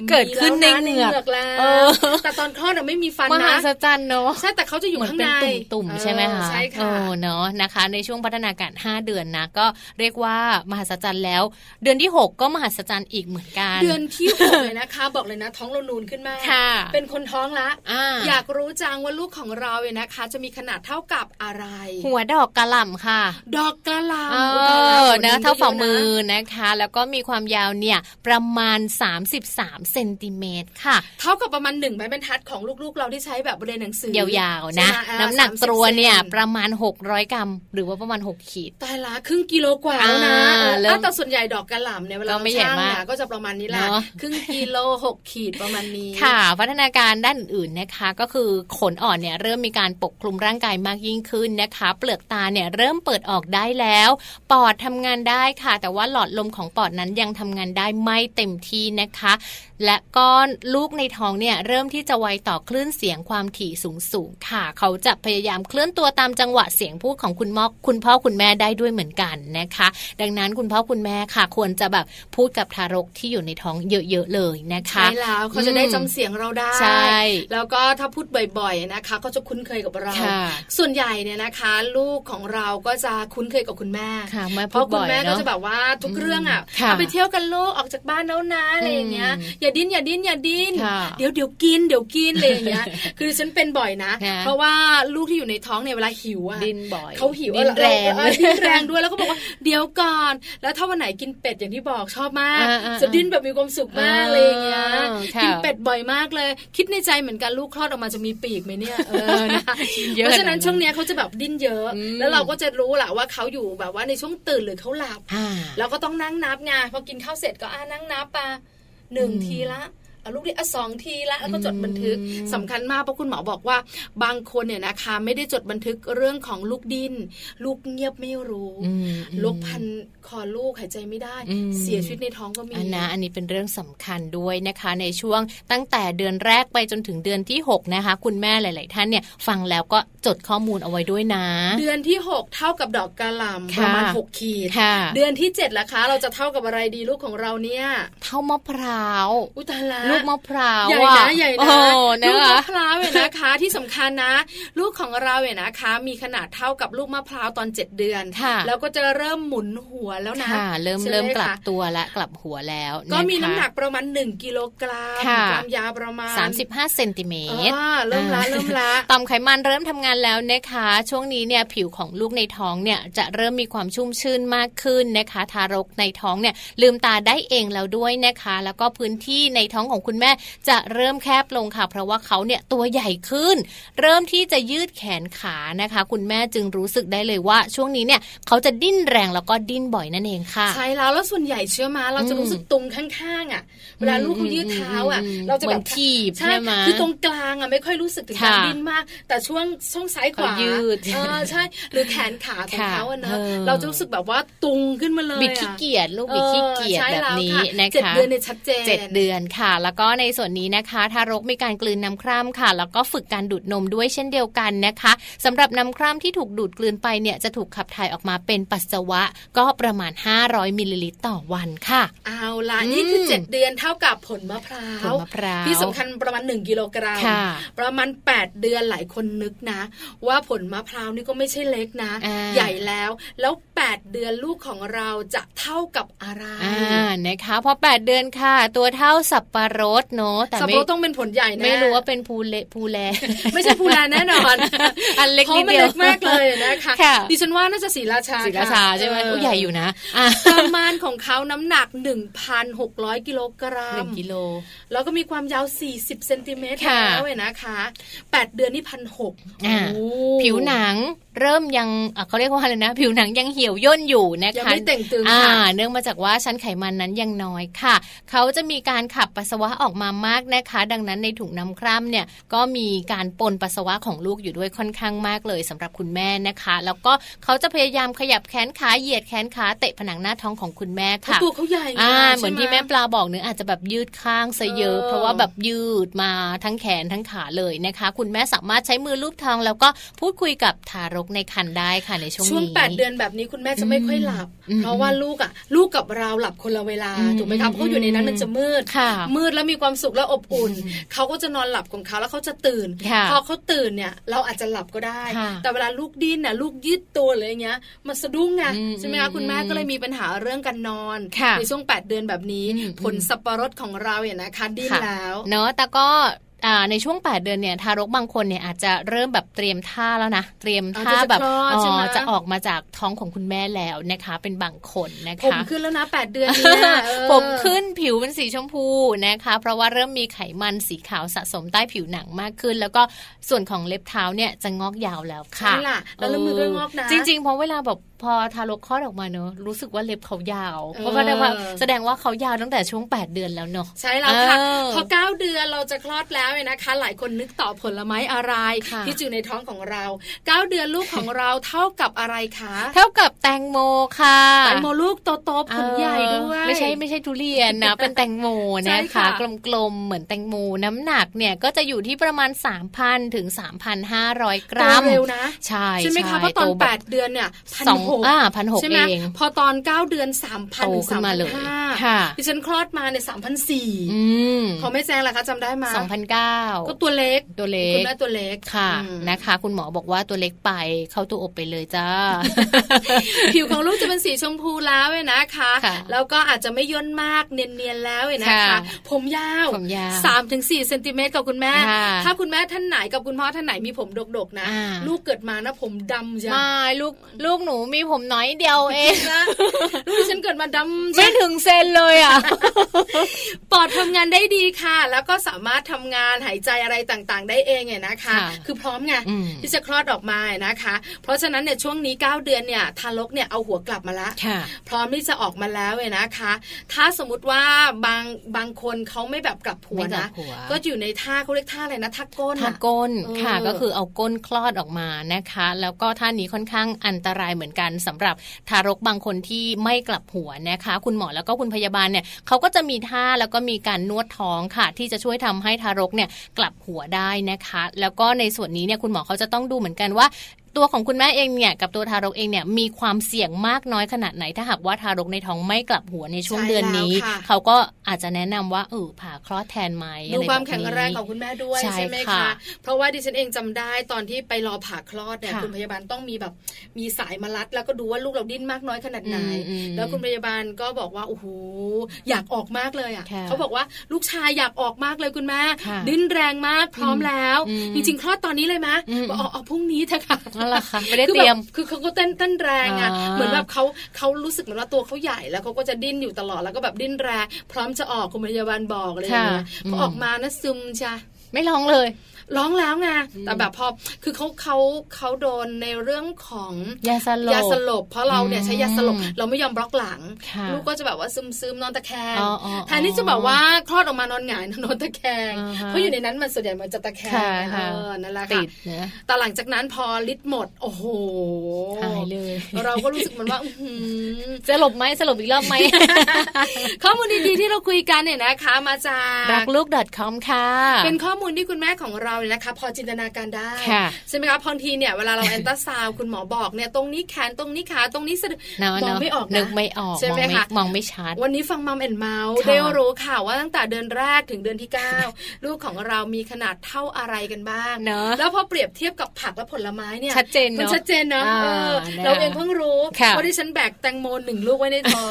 B: เกิดขึ้นในเหงือก
C: มีแล้วะในเหงือกแล้ว
B: เออ
C: แต่ตอนคลอดน่ะไม่มีฟัน
B: มหั
C: นะ
B: ศจรรย์เนาะ
C: ใช่แต่เขาจะอยู่
B: เหมือน
C: ข้าง
B: เป็
C: ใน
B: นตุ่ม
C: เออ
B: ๆใช่ไหมคะ
C: ใช่
B: โอ้
C: ค่ะ
B: เนาะนะคะ ในช่วงพัฒนาการ 5 เดือนนะ ก็เรียกว่ามหัศจรรย์แล้ว เดือนที่ 6 ก็มหัศจรรย์อีกเหมือนกัน
C: เดือนที่หกเลยนะคะ บอกเลยนะท้องเรานูนขึ้นมาก
B: ค่ะ
C: เป็นคนท้องละ
B: อ่า
C: อยากรู้จังว่าลูกของเราเนี่ยนะคะ จะมีขนาดเท่ากับอะไร
B: หัวดอกกระหล่ำค่ะ
C: ดอกกระหลำ
B: เอ
C: อุ๊ยตายแล้ว
B: อ
C: หัว
B: นะ
C: ดิ้
B: เท่าฝ่ามื
C: ยะ
B: อ
C: นะ
B: นะคะ แล้วก็มีความยาวเนี่ย ประมาณ 33เซนติเมตรค่ะ
C: เท่ากับประมาณหนึ่งไม้บรรทัดของลูกๆ เราที่ใช้แบบเรียนหนังสือย
B: าวๆนะ
C: ใช่ไมอ่า
B: น้ำหนักตัวเนี่ย
C: 30
B: ประมาณ 600 กรัม หรือว่าประมาณ 6 ขีด
C: ตายละครึ่งกิโลกว่าแล้วนะ
B: อ่า
C: เออ
B: เริ่ม
C: อ่ะแต่ส่วนใหญ่ดอกกระหล่ำเนี่ยเวลา
B: ก็ไม่ใหญ่
C: ช่าง
B: มาก
C: นะก็จะประมาณนี้แหละ
B: เนอะ
C: ครึ่งกิโลหกขีดประมาณนี้
B: ค่ะพัฒนาการด้านอื่นๆนะคะ ก็คือขนอ่อนเนี่ยเริ่มมีการปกคลุมร่างกายมากยิ่งขึ้นนะคะ เปลือกตาเนี่ยเริ่มเปิดออกได้แล้ว ปอดทำงานได้ค่ะ แต่ว่าหลอดลมของปอดนั้นยังทำงานได้ไม่เต็มที่นะคะ และก้อนลูกในท้องเนี่ยเริ่มที่จะไวต่อคลื่นเสียงความถี่สูงสูงๆค่ะ เขาจะพยายามเคลื่อนตัวตามจังหวะเสียงพูดของคุณหมอคุณพ่อคุณแม่ได้ด้วยเหมือนกันนะคะ ดังนั้นคุณพ่อคุณแม่ค่ะ ควรจะแบบพูดกับทารกที่อยู่ในท้องเยอะๆเลยนะคะ
C: ใช่แล้วเขาจะได้จำเสียงเราได้
B: ใช่
C: แล้วก็ถ้าพูดบ่อยๆนะคะเขาจะคุ้นเคยกับเรา
B: ค่ะ
C: ส่วนใหญ่เนี่ยนะคะ ลูกของเราก็จะคุ้นเคยกับคุณแม่
B: ค่ะมา
C: เพ
B: พูด
C: ราะคุ
B: บ่
C: ณ
B: อย
C: แม่ก็
B: เนาะ
C: จะแบบว่าทุกเรื่องอ่ะ
B: ค่ะ
C: เอาไปเที่ยวกันลูกออกจากบ้านแล้วนะอะไรอย่างเงี้ย
B: อืม
C: อย่าดิ้นอย่าดิ้นอย่าดิ้น
B: ค่ะ
C: เดี๋ยวเดี๋ยวกินเดี๋ยวกินอะไรอย่างเงี้ย คือดิฉันเป็นบ่อยนะ
B: ค่ะ
C: เพราะว่าลูกที่อยู่ในท้องในยเวลาหิวอ่ะ
B: ดินบ่อย
C: เขาหิว
B: ดิน
C: เออ
B: แรง
C: เอ
B: เล
C: อย ดิ้นแรงด้วยแล้วก็บอกว่าเดี๋ยวก่อน แล้วถ้าวันไหนกินเป็ดอย่างที่บอกชอบมาก
B: อ่าอ่า
C: จะดิ้นแบบมีความสุขมากเลยอย่างเงี้ย
B: อ่าค่ะ
C: กินเป็ดบ่อยมากเลย คิดในใจเหมือนกันลูกคลอดออกมาจะมีปีกไหมเนี่ยเอ อนะ
B: เยอะ
C: เพราะฉะนั้น
B: ขนาดนั้น
C: ช่วงเนี้ยเขาจะแบบดิ้นเยอะ
B: อืม
C: แล้วเราก็จะรู้แหละว่าเขาอยู่แบบว่าในช่วงตื่นหรือเขาหลับ
B: อ่า
C: เราก็ต้องนั่งนับไงพอกินข้าวเสร็จก็อ่านั่งนับปะหนึ่ง
B: อืม
C: ทีละเอาลูกดิอ่ะสองทีละแล้วก็จดบันทึก
B: อืม
C: สำคัญมากเพราะคุณหมอบอกว่า บางคนเนี่ยนะคะ ไม่ได้จดบันทึกเรื่องของลูกดิน้นลูกเงียบไม่รู้
B: อืม
C: ลูกพันคอลูกหายใจไม่ได้
B: อืม
C: เสียชีวิตในท้องก็มี
B: อันนะอันนี้เป็นเรื่องสำคัญด้วยนะคะ ในช่วงตั้งแต่เดือนแรกไปจนถึงเดือนที่ 6 นะคะ คุณแม่หลาย ๆ ท่านเนี่ย ฟังแล้วก็จดข้อมูลเอาไว้ด้วยนะ
C: เดือนที่ 6 เท่ากับดอกกระหล่ำประมาณ
B: ค่ะ
C: หกขีด
B: ค่ะ
C: เดือนที่7ล่ะคะ เราจะเท่ากับอะไรดีลูกของเราเนี่ย
B: เท่ามะพร้าว
C: อุยตายละ
B: ลูกมะพร้าว
C: ใหญ่
B: อ
C: นะใหญ่
B: โอ้
C: นะ
B: นะ
C: ลูก
B: คะ
C: มะพร้าวเนี่ยนะคะ ที่สำคัญนะ ลูกของเราเนี่ยนะคะ มีขนาดเท่ากับลูกมะพร้าวตอน 7 เดือน
B: ค่ะ
C: แล้วก็จะเริ่มหมุนหัวแล้วนะ
B: ค่ะ เริ่ม
C: ใช่ไห
B: เริ่มกลับ
C: คะ
B: ตัวละกลับหัวแล้ว
C: ก็มี
B: ะคะ
C: น้ำหนักประมาณ 1 กิโลกรัม
B: ค่ะ
C: ความยาวประมาณ
B: 35เซนติเม
C: เอ
B: ตร
C: อเริ่มละเริ่มละ
B: ต่อมไขมันเริ่มทำงานแล้วนะคะ ช่วงนี้เนี่ยผิวของลูกในท้องเนี่ยจะเริ่มมีความชุ่มชื่นมากขึ้นนะคะ ทารกในท้องเนี่ยลืมตาได้เองแล้วด้วยนะคะ แล้วก็พื้นที่ในท้องของคุณแม่จะเริ่มแคบลงค่ะ เพราะว่าเขาเนี่ยตัวใหญ่ขึ้น เริ่มที่จะยืดแขนขานะคะ คุณแม่จึงรู้สึกได้เลยว่า ช่วงนี้เนี่ยเขาจะดิ้นแรงแล้วก็ดิ้นบ่อยนั่นเองค่ะ
C: ใช่แล้วแล้วส่วนใหญ่เชื่อมาเราจะ
B: อืม
C: รู้สึกตรงข้างๆอ่ะ เวลาลูกเขายืดเท้าอ่ะ
B: อืม
C: เราจะ
B: เหมื
C: แบ
B: อบ นถีบ
C: ใช่
B: ใช่ไหม
C: คือตรงกลางอ่ะไม่ค่อยรู้สึกถึง
B: ค่ะ
C: การดิ้นมาก แต่ช่วงช่องซ้ายขวา
B: เขายืด
C: เออใช่หรือแขนขาของ
B: ค่ะ
C: เขาอ่ะเนอะ
B: เออ
C: เราจะรู้สึกแบบว่าตุงขึ้นมาเลย
B: บิด
C: อ่ะ
B: ขี้เกียจลูกบิดขี้เกีย
C: ออ
B: จ
C: ใช่
B: แบบ
C: ล้ว
B: นี้
C: ค่
B: นะคะ
C: เจ็ดเดือนเนี่ยชัดเจน
B: เจ็ดเดือนค่ะ แล้วก็ในส่วนนี้นะคะทารกมีการกลืนน้ำคร่ำค่ะ แล้วก็ฝึกการดูดนมด้วยเช่นเดียวกันนะคะสำหรับน้ำคร่ำที่ถูกดูดกลืนไปเนี่ยจะถูกขับถ่ายออกมาเป็นปัสสาวะ ก็ประมาณ 500มิลลิลิตรต่อวันค่ะ
C: เอาละ
B: อืม
C: นี่คือ 7 เดือนเท่ากับผลมะพร้าว
B: ผลมะพร้าว
C: ที่สำคัญประมาณ 1 กิโลกรัม
B: ค่ะ
C: ประมาณ 8 เดือนหลายคนนึกนะ ว่าผลมะพร้าวนี่ก็ไม่ใช่เล็กนะ
B: อ่า
C: ใหญ่แล้วแล้ว 8 8 เดือนลูกของเราจะเท่ากับอะไร
B: อ่านะคะพอแปดเดือนค่ะ ตัวเท่าสับปะรดเนาะแต่
C: สับ
B: ไม่
C: ปะรดต้องเป็นผลใหญ่แนะ
B: ไม่รู้ว่าเป็นภูเลภูแล
C: ไม่ใช่พูลาแน่นอน
B: อันเล็ก
C: พราะมั
B: นิดเดียว
C: เล็กมากเลยนะคะ
B: ค่ะ
C: ดิฉันว่าน่าจะสีราชา
B: ศรีราชาใช่ไหม
C: เ
B: ผู้ใหญ่อยู่นะอ่ะ
C: ประมาณของเขาน้ำหนัก 1,600 กิโลกรั
B: หนึ่
C: ม
B: งกิโล
C: แล้วก็มีความยาว 40 เซนติเมตร
B: ค่ะ
C: แล้วเว้ยนะคะ 8 เดือนนี่พันหก
B: อ่า ผิวหนังเริ่มยังอ่ะเขาเรียกว่าอะไรนะ ผิวหนังยังเหี่ยวย่นอยู่นะ
C: ยัง
B: คะ
C: ไม่ได้แต่งตึง
B: อ่า
C: ค่ะ
B: เนื่องมาจากว่าชั้นไขมันนั้นยังน้อยค่ะ เขาจะมีการขับปัสสาวะออกมามากนะคะ ดังนั้นในถุงน้ำคร่ำเนี่ยก็มีการปนปัสสาวะของลูกอยู่ด้วยค่อนข้างมากเลยสำหรับคุณแม่นะคะ แล้วก็เขาจะพยายามขยับแขนขาเหยียดแขนขาเตะผนังหน้าท้องของคุณแม่ค่ะ
C: ตัวเขาใหญ่
B: อ่า
C: ะ
B: เหมือน
C: ใช่
B: ที่
C: ไ
B: แม่ปลาบอกเนื้ออาจจะแบบยืดข้างซะเยอะ
C: เออ
B: เพราะว่าแบบยืดมาทั้งแขนทั้งขาเลยนะคะ คุณแม่สามารถใช้มือลูบท้อง แล้วก็พูดคุยกับทารกในครรภ์ได้ค่ะในช่วงนี้
C: ช่วง 8 เดือนแบบนี้คุณแม่จะไม่ค่อยหลับ
B: อืม
C: เพราะว่าลูกอ่ะ ลูกกับเราหลับคนละเวลา
B: อืม
C: ถูกไหมครับเพราะอยู่ในนั้นมันจะมืด
B: ค่ะ
C: มืดแล้วมีความสุขแล้วอบอุ่น เขาก็จะนอนหลับของเขาแล้วเขาจะตื่น
B: ค่ะ
C: พอเขาตื่นเนี่ยเราอาจจะหลับก็ได้
B: ค่ะ
C: แต่เวลาลูกดิ้นน่ะลูกยืดตัวหรืออะไรเงี้ยมันสะดุ้งไง
B: อืม
C: ใช่ไหมคะคุณแม่ก็เลยมีปัญหาเรื่องการนอน
B: ค่ะ
C: ในช่วง 8 เดือนแบบนี้
B: อืม
C: ผลสับปะรดของเราเนี่ยนะคะดิ้น
B: ค่ะ
C: แล้ว
B: เนาะแต่ก็อ่าในช่วง 8 เดือนเนี่ยทารกบางคนเนี่ยอาจจะเริ่มแบบเตรียมท่าแล้วนะ เตรียม
C: อ๋
B: ท่า
C: อจะ
B: แบบ
C: คลอดใช่ไหม
B: จะออกมาจากท้องของคุณแม่แล้วนะคะ เป็นบางคนนะ
C: ผม
B: คะ
C: ขึ้นแล้วนะ 8 เดือนเนี้
B: ผมขึ้นผิวเป็นสีชมพูนะคะ เพราะว่าเริ่มมีไขมันสีขาวสะสมใต้ผิวหนังมากขึ้น แล้วก็ส่วนของเล็บเท้าเนี่ยจะงอกยาวแล้วค่ะ
C: ใช่ล่ะแล้วเริ่มมือด้วยงอกนะ
B: จริงๆเพราะเวลาแบบพอทารกคลอดออกมาเนอะรู้สึกว่าเล็บเขายาว
C: เออ
B: เพราะว่าได้ว่าแสดงว่าเขายาวตั้งแต่ช่วง 8 เดือนแล้วเนอะ
C: ใช่แล้วค่ะ
B: เออ
C: พอ 9 เดือนเราจะคลอดแล้วเนี่ยนะคะ หลายคนนึกต่อผลไม้อะไร
B: ค่ะ
C: ที่อยู่ในท้องของเรา 9 เดือนลูกของเรา เท่ากับอะไรคะ
B: เท่ากับแตงโมค่ะ
C: แตงโมลูกโตๆผลใหญ่ด้วย
B: เออไม่ใช่ไม่ใช่ทุเรียน นะ เป็นแตงโม
C: ใช่
B: นะ
C: ค่ะ
B: คะ กลมๆเหมือนแตงโมน้ำหนักเนี่ยก็จะอยู่ที่ประมาณ 3,000ถึง3,500 กรัม
C: โตเร็วนะ
B: ใช่
C: ใช่ไหมคะเพราะตอน
B: โแบบ
C: 8 เดือนเนี่ยพัน
B: สอง
C: หก
B: อ่าพันหก
C: ใช่ไห
B: เอ
C: ม
B: ง
C: พอตอน 9 เดือน 3 0 0 0ัน
B: โตขึ้
C: สาม
B: นมา
C: พัน
B: เลย
C: ห้า
B: ค่ะ
C: ดิฉันคลอดมาเนี่ยสามพันสี่
B: อืม
C: ของแม่แจงล่ะคะจำได้ไหม
B: สองพันเก้า
C: ก็ตัวเล็ก
B: ตัวเล็
C: คุณ
B: ก
C: แม่ตัวเล็ก
B: ค่ะ
C: อืม
B: นะคะ คุณหมอบอกว่าตัวเล็กไปเข้าตัวอบไปเลย จ้า
C: ผิวของลูกจะเป็นสีชมพูแล้วเว้ยนะคะ
B: ค่ะ
C: แล้วก็อาจจะไม่ย่นมากเนียนๆแล้วเว้ยนะคะ
B: ค่ะ
C: ผมยาว
B: ผมยาว
C: สามถึงสี่เซนติเมตรกับคุณแม่
B: ค่ะ
C: ถ้าคุณแม่ท่านไหนกับคุณพ่อท่านไหนมีผมดกๆนะ
B: อ่า
C: ลูกเกิดมานะผมดำจ้ะ
B: ไม่ลูกลูกหนูมีผมน้อยเดียวเอง
C: นะลูกดิฉันเกิดมาดำ
B: ไม่
C: จ้ะ
B: ถึงเซนเลยอ่ะ
C: ปอดทำงานได้ดีค่ะ แล้วก็สามารถทำงานหายใจอะไรต่างๆ ได้เองเนี่ยนะคะ
B: ค่ะ
C: คือพร้อมไง
B: อืม
C: ที่จะคลอดออกมาเนี่ยนะคะ เพราะฉะนั้นเนี่ยช่วงนี้ 9 เดือนเนี่ยทารกเนี่ยเอาหัวกลับมาละ
B: ค่ะ
C: พร้อมที่จะออกมาแล้วเนี่ยนะคะ ถ้าสมมติว่าบางบางคนเขาไม่แบบกลับหัว
B: ไม่กลั
C: นะ
B: บหัว
C: ก็อยู่ในท่าเขาเรียกท่าอะไรนะท่าก้น
B: ท่า
C: อะ
B: ก้น
C: เออ
B: ค่ะก็คือเอาก้นคลอดออกมานะคะ แล้วก็ท่านี้ค่อนข้างอันตรายเหมือนกันสำหรับทารกบางคนที่ไม่กลับหัวนะคะ คุณหมอแล้วก็คุณพยาบาลเนี่ยเขาก็จะมีท่าแล้วก็มีการนวดท้องค่ะ ที่จะช่วยทำให้ทารกเนี่ยกลับหัวได้นะคะ แล้วก็ในส่วนนี้เนี่ยคุณหมอเขาจะต้องดูเหมือนกันว่า ตัวของคุณแม่เองเนี่ยกับตัวทารกเองเนี่ยมีความเสี่ยงมากน้อยขนาดไหนถ้าหากว่าทารกในท้องไม่กลับหัวในช่วง
C: ใช่
B: เดือนนี้
C: แล้วค่ะ
B: เขาก็อาจจะแนะนำว่าเออผ่าคลอดแทนไหม
C: ดู
B: อะไร
C: ความ
B: บบนี้
C: แข็งแรงของคุณแม่ด้วย
B: ใช่
C: ใช่ไหม
B: ค่ะ
C: คะ เพราะว่าดิฉันเองจำได้ตอนที่ไปรอผ่าคลอดเนี่ย
B: ค่ะ
C: คุณพยาบาลต้องมีแบบมีสายมารัด แล้วก็ดูว่าลูกเราดิ้นมากน้อยขนาดไหน
B: อืมอืม
C: แล้วคุณพยาบาลก็บอกว่าโอ้โหอยากออกมากเลยอ่ะ
B: ค่ะ
C: เขาบอกว่าลูกชายอยากออกมากเลยคุณแม่
B: ค่ะ
C: ดิ้นแรงมากพร้อมแล้ว
B: อืม
C: จริงๆ คลอดตอนนี้เลยไหม
B: อืม
C: บอกเอาเอาพรุ่งนี้เถอะค่ะ
B: นั่นแหละค่ะไม่ได้
C: อ
B: เตรียม
C: แบบคือเขาก็เต้นเต้นแรงอ่ะ
B: อ่า
C: เหมือนแบบเขาเขารู้สึกเหมือนว่าตัวเขาใหญ่แล้วเขาก็จะดิ้นอยู่ตลอดแล้วก็แบบดิ้นแรงพร้อมจะออกคุณพยาบาลบอกเลย อะไรอย่างเงี้ย
B: ค่ะ
C: พอ
B: ม
C: ออกมานะซึมจ้ะ
B: ไม่ร้องเลย
C: ร้องแล้วไงแต่แบบพอคือเขาเขาเขาโดนในเรื่องของ
B: ยาสลบ
C: ยาสลบ เพราะเราเนี่ยใช้ยาสลบ
B: อืม
C: เราไม่ยอมบล็อกหลัง
B: ค่ะ
C: ลูกก็จะแบบว่าซึมซึมๆนอนตะแคง
B: อ๋ออ๋อ
C: แทนที่จะแบบว่าคลอดออกมานอนหงายนะนอนตะแคง
B: อ่าฮะ
C: เพราะอยู่ในนั้นมันส่วนใหญ่มันจะตะแคง
B: ค่ะ
C: เอ
B: ค่ะ
C: อนั่นแหละ
B: ติ
C: ค่ะ
B: ดนะ
C: แต่หลังจากนั้นพอลิ์หมด โอ้โห
B: หายเลย
C: เราก็รู้สึกเหมือนว่าอื้อหือ
B: สลบไหมสลบอีกรอบไหม
C: ข้อมูลดีๆที่เราคุยกันเนี่ยนะคะ มาจาก
B: รักลูก .com ค่ะ
C: เป็นข้อ มูลที่คุณแม่ของเราเนี่ยนะคะ พอจินตนาการได้
B: ค่ะ
C: ใช่ไหมคะบางทีเนี่ยเวลาเรา แอนตราซาวด์คุณหมอบอกเนี่ยตรงนี้แขนตรงนี้ขาตรงนี้สะดือ
B: เนาะ
C: มอง
B: เนาะ
C: ไม่ออกนะ
B: นึกไม่ออก
C: ใช่
B: มอง
C: ไหม
B: ไม่
C: คะ
B: มองไม่ชัด
C: วันนี้ฟังมัมแอนเมาส์
B: ค่ะ
C: ได้รู้ค่ะว่าตั้งแต่เดือนแรกถึงเดือนที่ 9 ลูกของเรามีขนาดเท่าอะไรกันบ้าง
B: เนาะ
C: แล้วพอเปรียบเทียบกับผักและผลไม้เนี่ย
B: ชัดเจนเนอะ
C: มันชัดเจนเนอะ
B: อ่า
C: เออ
B: นะคะ
C: เราเองเพิ่งรู้
B: ค่ะ
C: ว่าที่ฉันแบกแตงโมหนึ่งลูกไว้ในท้อง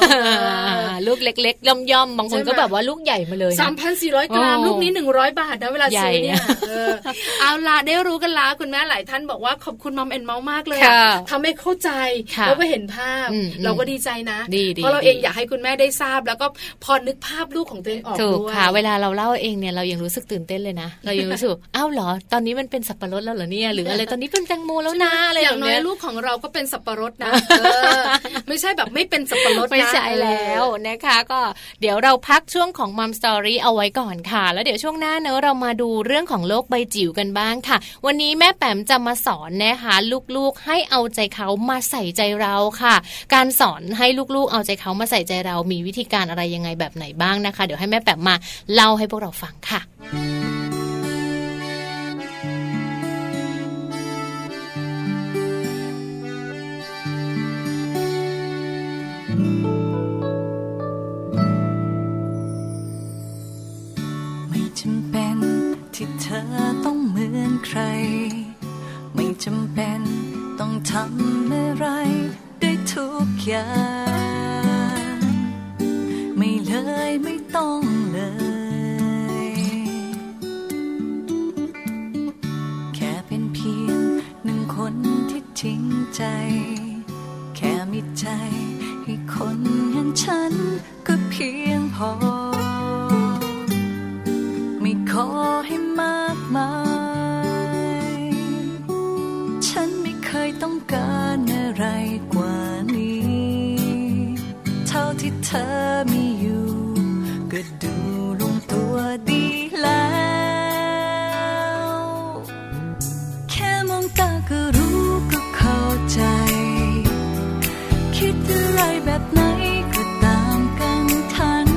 B: ลูกเล็กๆ ย่อมย่อมๆบางคน
C: ใช่ไหม
B: ก็แบบว่าลูกใหญ่มาเลย
C: สา
B: นะ
C: มพันสี่ร้อยกรัม
B: โอ้
C: ลูกนี้หนึ่งร้อยบาทนะเวลา
B: ใหญ่
C: ซื้อเนี่ย
B: นะ
C: เออเอาล่ะได้รู้กันแล้วคุณแม่หลายท่านบอกว่าขอบคุณมัมแอนเมาส์มากเลยอะ
B: ค่ะ
C: ทำให้เข้าใจ
B: ค่ะ
C: แล้วก็เห็นภาพ
B: อืม
C: เราก็ดีใจนะ
B: ดีดี
C: เพราะเราเอง
B: ดี
C: อยากให้คุณแม่ได้ทราบ แล้วก็พอนึกภาพลูกของตัวเองออก
B: ถูก
C: ด้วย
B: ค่ะ เวลาเราเล่าเองเนี่ยเรายังรู้สึกตื่นเต้นเลยนะ เรายังรู้สึก อ้าวเหรอ ตอนนี้มันเป็นสับปะรดแล้วเหรอเนี่ย หรืออะไรตอนนี้เป็นแตงโมแล้วนะอะไรอย่
C: อา
B: ย่าง ง
C: น้อย
B: เนี้ย
C: ลูกของเราก็เป็นสับปะรด นะเออไม่ใช่แบบไม่เป็นสับปะรดนะ
B: ไม่ใช่แล้วนะคะก็เดี๋ยวเราพักช่วงของมัมสตอรี่เอาไว้ก่อนค่ะ แล้วเดี๋ยวช่วงหน้าเนอะเรามาดูเรื่องของโลกใบจิ๋วกันบ้างค่ะ วันนี้แม่แปมจะมาสอนนะคะลูกๆให้เอาใจเขามาใส่ใจเราค่ะ การสอนให้ลูกๆเอาใจเขามาใส่ใจเรามีวิธีการอะไรยังไงแบบไหนบ้างนะคะ เดี๋ยวให้แม่แปมมาเล่าให้พวกเราฟังค่ะ
A: ไม่จำเป็นที่เธอต้องเหมือนใคร ไม่จำเป็นต้องทำอะไรได้ทุกอย่าง ไม่เลยไม่ต้องเลย แค่เป็นเพียงหนึ่งคนที่จริงใจ แค่มีใจให้คนอย่างฉันก็เพียงพอ ไม่ขอให้มากมาย ฉันไม่เคยต้องการอะไรกว่านี้ เท่าที่เธอมีอยู่ ก็ดูลงตัวดีแล้ว แค่มองตาก็รู้ก็เข้าใจ คิดอะไรแบบไหนก็ตามกันทัน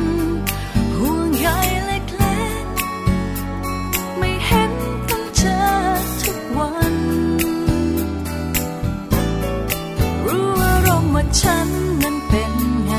A: ห่วงใยเล็กๆ ไม่เห็นต้องเจอทุกวัน รู้อารมณ์ว่าฉันนั้นเป็นไง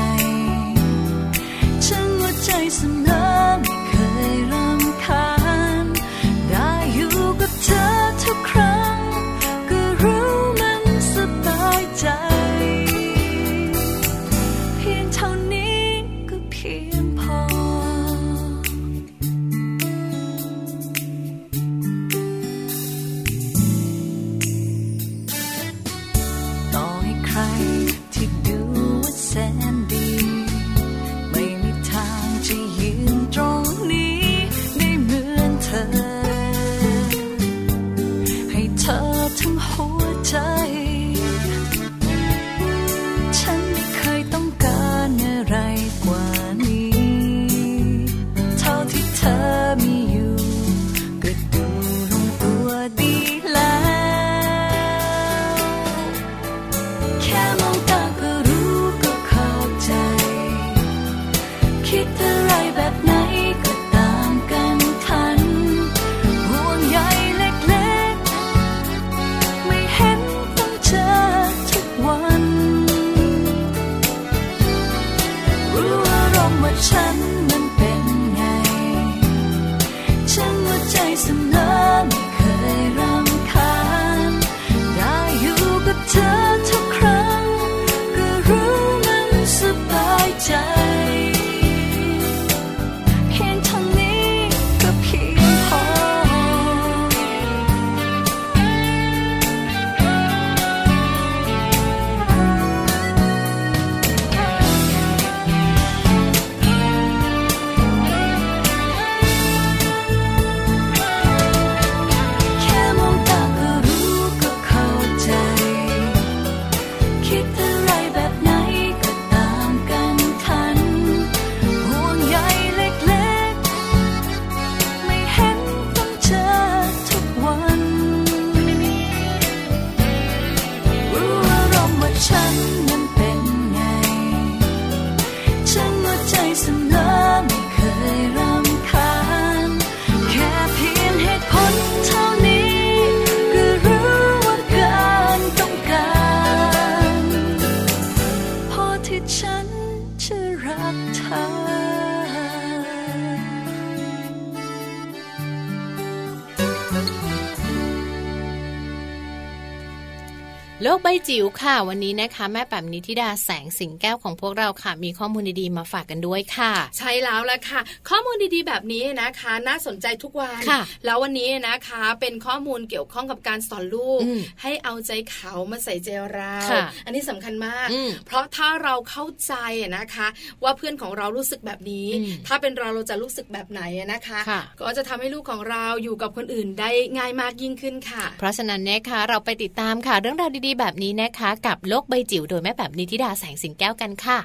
B: โลกใบจิ๋วค่ะ วันนี้นะคะ แม่แปมนิธิดาแสงสิงแก้วของพวกเราค่ะ มีข้อมูลดีๆมาฝากกันด้วยค่ะ
C: ใช่แล้วละค่ะ ข้อมูลดีๆ แบบนี้นะคะ น่าสนใจทุกวัน
B: ค่ะ
C: แล้ววันนี้นะคะเป็นข้อมูลเกี่ยวข้องกับการสอนลูก
B: อืม
C: ให้เอาใจเขามาใส่ใจเรา
B: ค่ะ
C: อันนี้สำคัญมาก
B: อืม
C: เพราะถ้าเราเข้าใจนะคะ ว่าเพื่อนของเรารู้สึกแบบนี้
B: อืม
C: ถ้าเป็นเราเราจะรู้สึกแบบไหนนะคะ
B: ค่ะ
C: ก็จะทำให้ลูกของเราอยู่กับคนอื่นได้ง่ายมากยิ่งขึ้นค่ะ
B: เพราะฉะนั้นนะคะเราไปติดตามค่ะ เรื่องราวดีๆ แบบนี้นะคะ กับโลกใบจิ๋วโดยแม่แบบนิธิดาแสงสิงแก้วกันค่ะ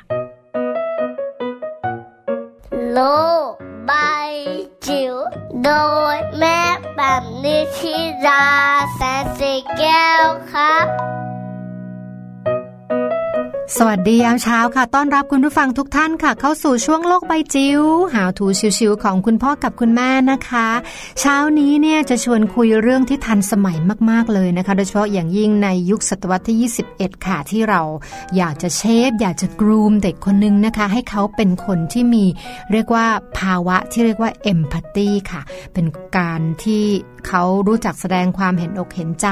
G: lô bay chiều đôi mép bằng ni chi ra sẽ xì keo khắp
H: สวัสดียามเช้าค่ะ ต้อนรับคุณผู้ฟังทุกท่านค่ะ เข้าสู่ช่วงโลกใบจิ๋วหาวถูชิวๆของคุณพ่อกับคุณแม่นะคะ เช้านี้เนี่ยจะชวนคุยเรื่องที่ทันสมัยมากๆเลยนะคะ โดยเฉพาะอย่างยิ่งในยุคศตวรรษที่ 21 ค่ะ ที่เราอยากจะเชฟ อยากจะกรูมเด็กคนนึงนะคะ ให้เขาเป็นคนที่มีเรียกว่าภาวะที่เรียกว่าเอมพัตตีค่ะ เป็นการที่เขารู้จักแสดงความเห็นอกเห็นใจ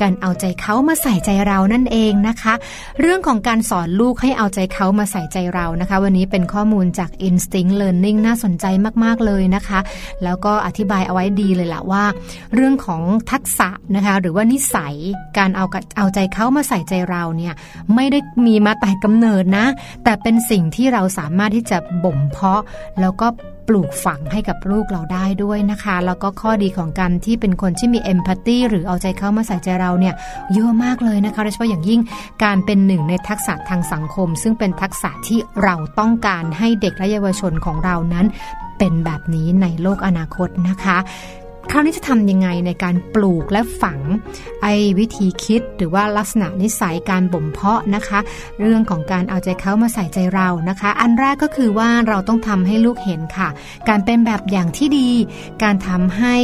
H: การเอาใจเขามาใส่ใจเรานั่นเองนะคะ เรื่องของการสอนลูกให้เอาใจเขามาใส่ใจเรานะคะ วันนี้เป็นข้อมูลจาก Instinct Learning น่าสนใจมาก ๆ เลยนะคะ แล้วก็อธิบายเอาไว้ดีเลยล่ะว่า เรื่องของทักษะนะคะ หรือว่านิสัยการเอากับเอาใจเขามาใส่ใจเราเนี่ยไม่ได้มีมาแต่กำเนิดนะ แต่เป็นสิ่งที่เราสามารถที่จะบ่มเพาะ แล้วก็ปลูกฝังให้กับลูกเราได้ด้วยนะคะ แล้วก็ข้อดีของการที่เป็นคนที่มีเอมพัตตีหรือเอาใจเขามาใส่ใจเราเนี่ย เยอะมากเลยนะคะโดยเฉพาะอย่างยิ่งการเป็นหนึ่งในทักษะทางสังคม ซึ่งเป็นทักษะที่เราต้องการให้เด็กและเยาวชนของเรานั้น เป็นแบบนี้ในโลกอนาคตนะคะ คราวนี้จะทำยังไงในการปลูกและฝัง ไอ้วิธีคิดหรือว่าลักษณะนิสัยการบ่มเพาะนะคะ เรื่องของการเอาใจเขามาใส่ใจเรานะคะ อันแรกก็คือว่าเราต้องทำให้ลูกเห็นค่ะ การเป็นแบบอย่างที่ดี การทำให้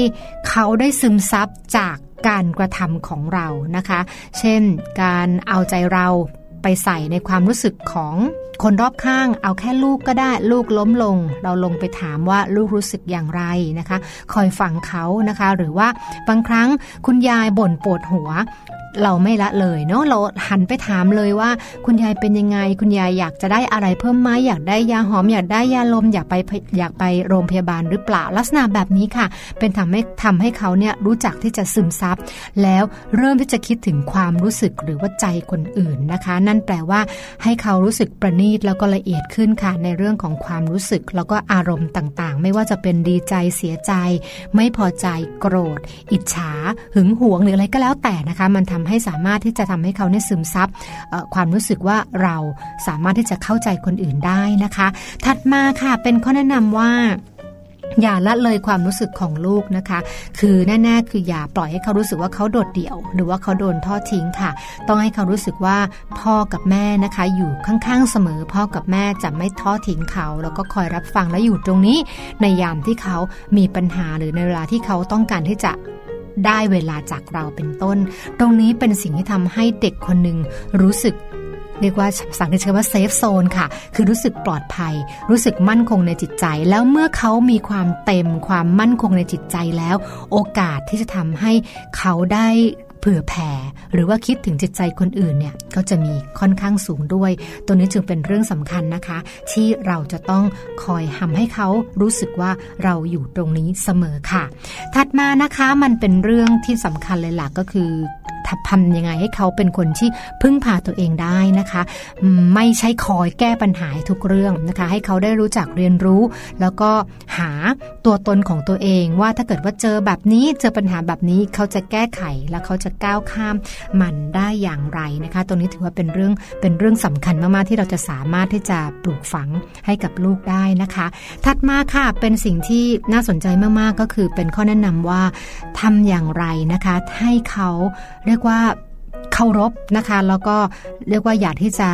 H: เขาได้ซึมซับจากการกระทำของเรานะคะ เช่น การเอาใจเราไปใส่ในความรู้สึกของคนรอบข้าง เอาแค่ลูกก็ได้ลูกล้มลง เราลงไปถามว่าลูกรู้สึกอย่างไรนะคะ คอยฟังเขานะคะ หรือว่าบางครั้งคุณยายบ่นปวดหัว เราไม่ละเลยเนาะเราหันไปถามเลยว่า คุณยายเป็นยังไง คุณยายอยากจะได้อะไรเพิ่มไหมอยากได้ยาหอม อยากได้ยาลม อยากไปอยากไปโรงพยาบาลหรือเปล่าลักษณะแบบนี้ค่ะ เป็นทำให้ทำให้เขาเนี่ยรู้จักที่จะซึมซับ แล้วเริ่มที่จะคิดถึงความรู้สึกหรือว่าใจคนอื่นนะคะ นั่นแปลว่าให้เขารู้สึกประณีตแล้วก็ละเอียดขึ้นค่ะ ในเรื่องของความรู้สึกแล้วก็อารมณ์ต่างๆ ไม่ว่าจะเป็นดีใจเสียใจ ไม่พอใจโกรธ อิจฉา หึงหวงหรืออะไรก็แล้วแต่นะคะ มันทำให้สามารถที่จะทำให้เขาเนี่ยซึมซับเอ่อความรู้สึกว่าเราสามารถที่จะเข้าใจคนอื่นได้นะคะ ถัดมาค่ะเป็นข้อแนะนำว่า อย่าละเลยความรู้สึกของลูกนะคะ คือแน่ๆ คืออย่าปล่อยให้เขารู้สึกว่าเขาโดดเดี่ยว หรือว่าเขาโดนทอดทิ้งค่ะ ต้องให้เขารู้สึกว่าพ่อกับแม่นะคะ อยู่ข้างๆเสมอ พ่อกับแม่จะไม่ทอดทิ้งเขา แล้วก็คอยรับฟังและอยู่ตรงนี้ ในยามที่เขามีปัญหาหรือในเวลาที่เขาต้องการที่จะได้เวลาจากเราเป็นต้น ตรงนี้เป็นสิ่งที่ทำให้เด็กคนหนึ่งรู้สึก เรียกว่าภาษาอังกฤษใช้คำว่าเซฟโซนค่ะ คือรู้สึกปลอดภัย รู้สึกมั่นคงในจิตใจ แล้วเมื่อเขามีความเต็มความมั่นคงในจิตใจแล้ว โอกาสที่จะทำให้เขาได้เผื่อแผ่ หรือว่าคิดถึงจิตใจคนอื่นเนี่ยก็จะมีค่อนข้างสูงด้วย ตัวนี้จึงเป็นเรื่องสำคัญนะคะ ที่เราจะต้องคอยทำให้เขารู้สึกว่าเราอยู่ตรงนี้เสมอค่ะ ถัดมานะคะมันเป็นเรื่องที่สำคัญเลยล่ะก็คือทำยังไงให้เขาเป็นคนที่พึ่งพาตัวเองได้นะคะอืมไม่ใช่คอยแก้ปัญหาให้ทุกเรื่องนะคะ ให้เขาได้รู้จักเรียนรู้ แล้วก็หาตัวตนของตัวเอง ว่าถ้าเกิดว่าเจอแบบนี้เจอปัญหาแบบนี้เขาจะแก้ไขแล้วเขาจะก้าวข้ามมันได้อย่างไรนะคะ ตรงนี้ถือว่าเป็นเรื่องเป็นเรื่องสำคัญมากๆที่เราจะสามารถที่จะปลูกฝังให้กับลูกได้นะคะ ถัดมาค่ะเป็นสิ่งที่น่าสนใจมากๆก็คือเป็นข้อแนะนำว่าทำอย่างไรนะคะ ให้เขาเรียกว่าเคารพนะคะ แล้วก็เรียกว่าอยากที่จะ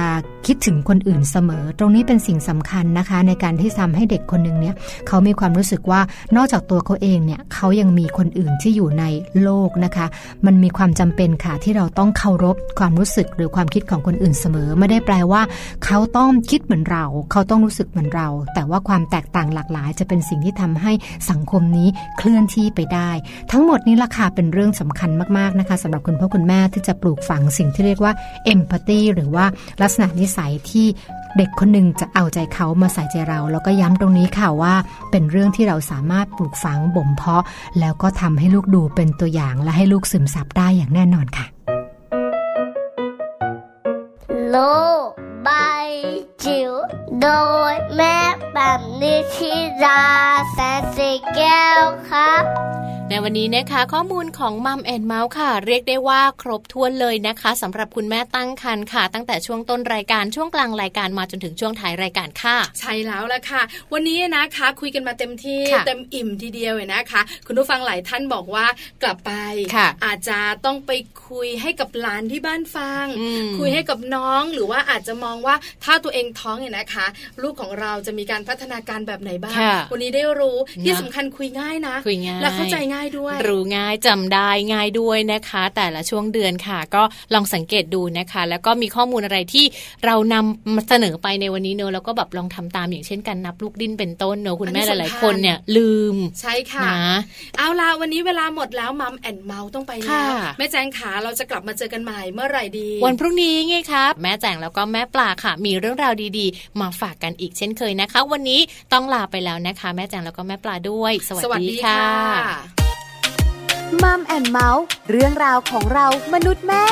H: คิดถึงคนอื่นเสมอ ตรงนี้เป็นสิ่งสำคัญนะคะ ในการที่ทำให้เด็กคนหนึ่งเนี่ยเขามีความรู้สึกว่านอกจากตัวเขาเองเนี่ยเขายังมีคนอื่นที่อยู่ในโลกนะคะ มันมีความจำเป็นค่ะที่เราต้องเคารพความรู้สึกหรือความคิดของคนอื่นเสมอ ไม่ได้แปลว่า เขาต้องคิดเหมือนเรา เขาต้องรู้สึกเหมือนเรา แต่ว่าความแตกต่างหลากหลาย จะเป็นสิ่งที่ทำให้สังคมนี้เคลื่อนที่ไปได้ ทั้งหมดนี้ราคาเป็นเรื่องสำคัญมากๆนะคะสำหรับคุณพ่อคุณแม่ที่จะปลูก ฝังสิ่งที่เรียกว่าเอมพัตตีหรือว่าลักษณะนิสัยที่เด็กคนหนึ่งจะเอาใจเขามาใส่ใจเรา แล้วก็ย้ำตรงนี้ค่ะว่า เป็นเรื่องที่เราสามารถปลูกฝังบ่มเพาะ แล้วก็ทำให้ลูกดูเป็นตัวอย่างและให้ลูกซึมซับได้อย่างแน่นอนค่ะ
G: โลกใบจิ๋วโดยแม่แบบนิชิราแสนสีแก้วครับ
D: ในวันนี้นะคะข้อมูลของมัมแอนเมาส์ค่ะ เรียกได้ว่าครบถ้วนเลยนะคะสำหรับคุณแม่ตั้งครรภ์ค่ะ ตั้งแต่ช่วงต้นรายการช่วงกลางรายการมาจนถึงช่วงท้ายรายการค่ะ
C: ใช่แล้วล่ะค่ะ วันนี้นะคะคุยกันมาเต็มที่
D: ค่ะ
C: เต็มอิ่มทีเดียวเลยนะคะ คุณผู้ฟังหลายท่านบอกว่ากลับไป
D: ค่ะ
C: อาจจะต้องไปคุยให้กับหลานที่บ้านฟัง
D: อืม
C: คุยให้กับน้องหรือว่าอาจจะมองว่าถ้าตัวเองท้องเนี่ยนะคะ ลูกของเราจะมีการพัฒนาการแบบไหนบ้าง
D: ค่ะ
C: วันนี้ได้รู้ที่
D: นะ
C: สำคัญคุยง่ายนะ
D: คุยง่าย
C: และเข้าใจง่ายด้วย
D: รู้ง่ายจำได้ง่ายด้วยนะคะ แต่ละช่วงเดือนค่ะ ก็ลองสังเกตดูนะคะ แล้วก็มีข้อมูลอะไรที่เรานำมาเสนอไปในวันนี้เนอะแล้วก็แบบลองทำตามอย่างเช่นการนับลูกดิ้นเป็นต้นเนอะคุณแม่ห
C: อันนี้
D: ลาย
C: สำคั
D: ๆ
C: ญ
D: คนเนี่ยลืม
C: ใช่ค่ะ
D: นะ
C: เอาล่ะวันนี้เวลาหมดแล้วมัมแอนเมาต้องไปแล้
D: ค่ะ
C: วแม่แจงขาเราจะกลับมาเจอกันใหม่เมื่อไหร่ดี
D: วันพรุ่งนี้ไงครับแม่แจงแล้วก็แม่ปลาค่ะ มีเรื่องราวดีๆ มาฝากกันอีกเช่นเคยนะคะ วันนี้ต้องลาไปแล้วนะคะ แม่แจงแล้วก็แม่ปลาด้วย สวัสดีค่ะ
F: มัมแอนเมาส์เรื่องราวของเรามนุษย์แม่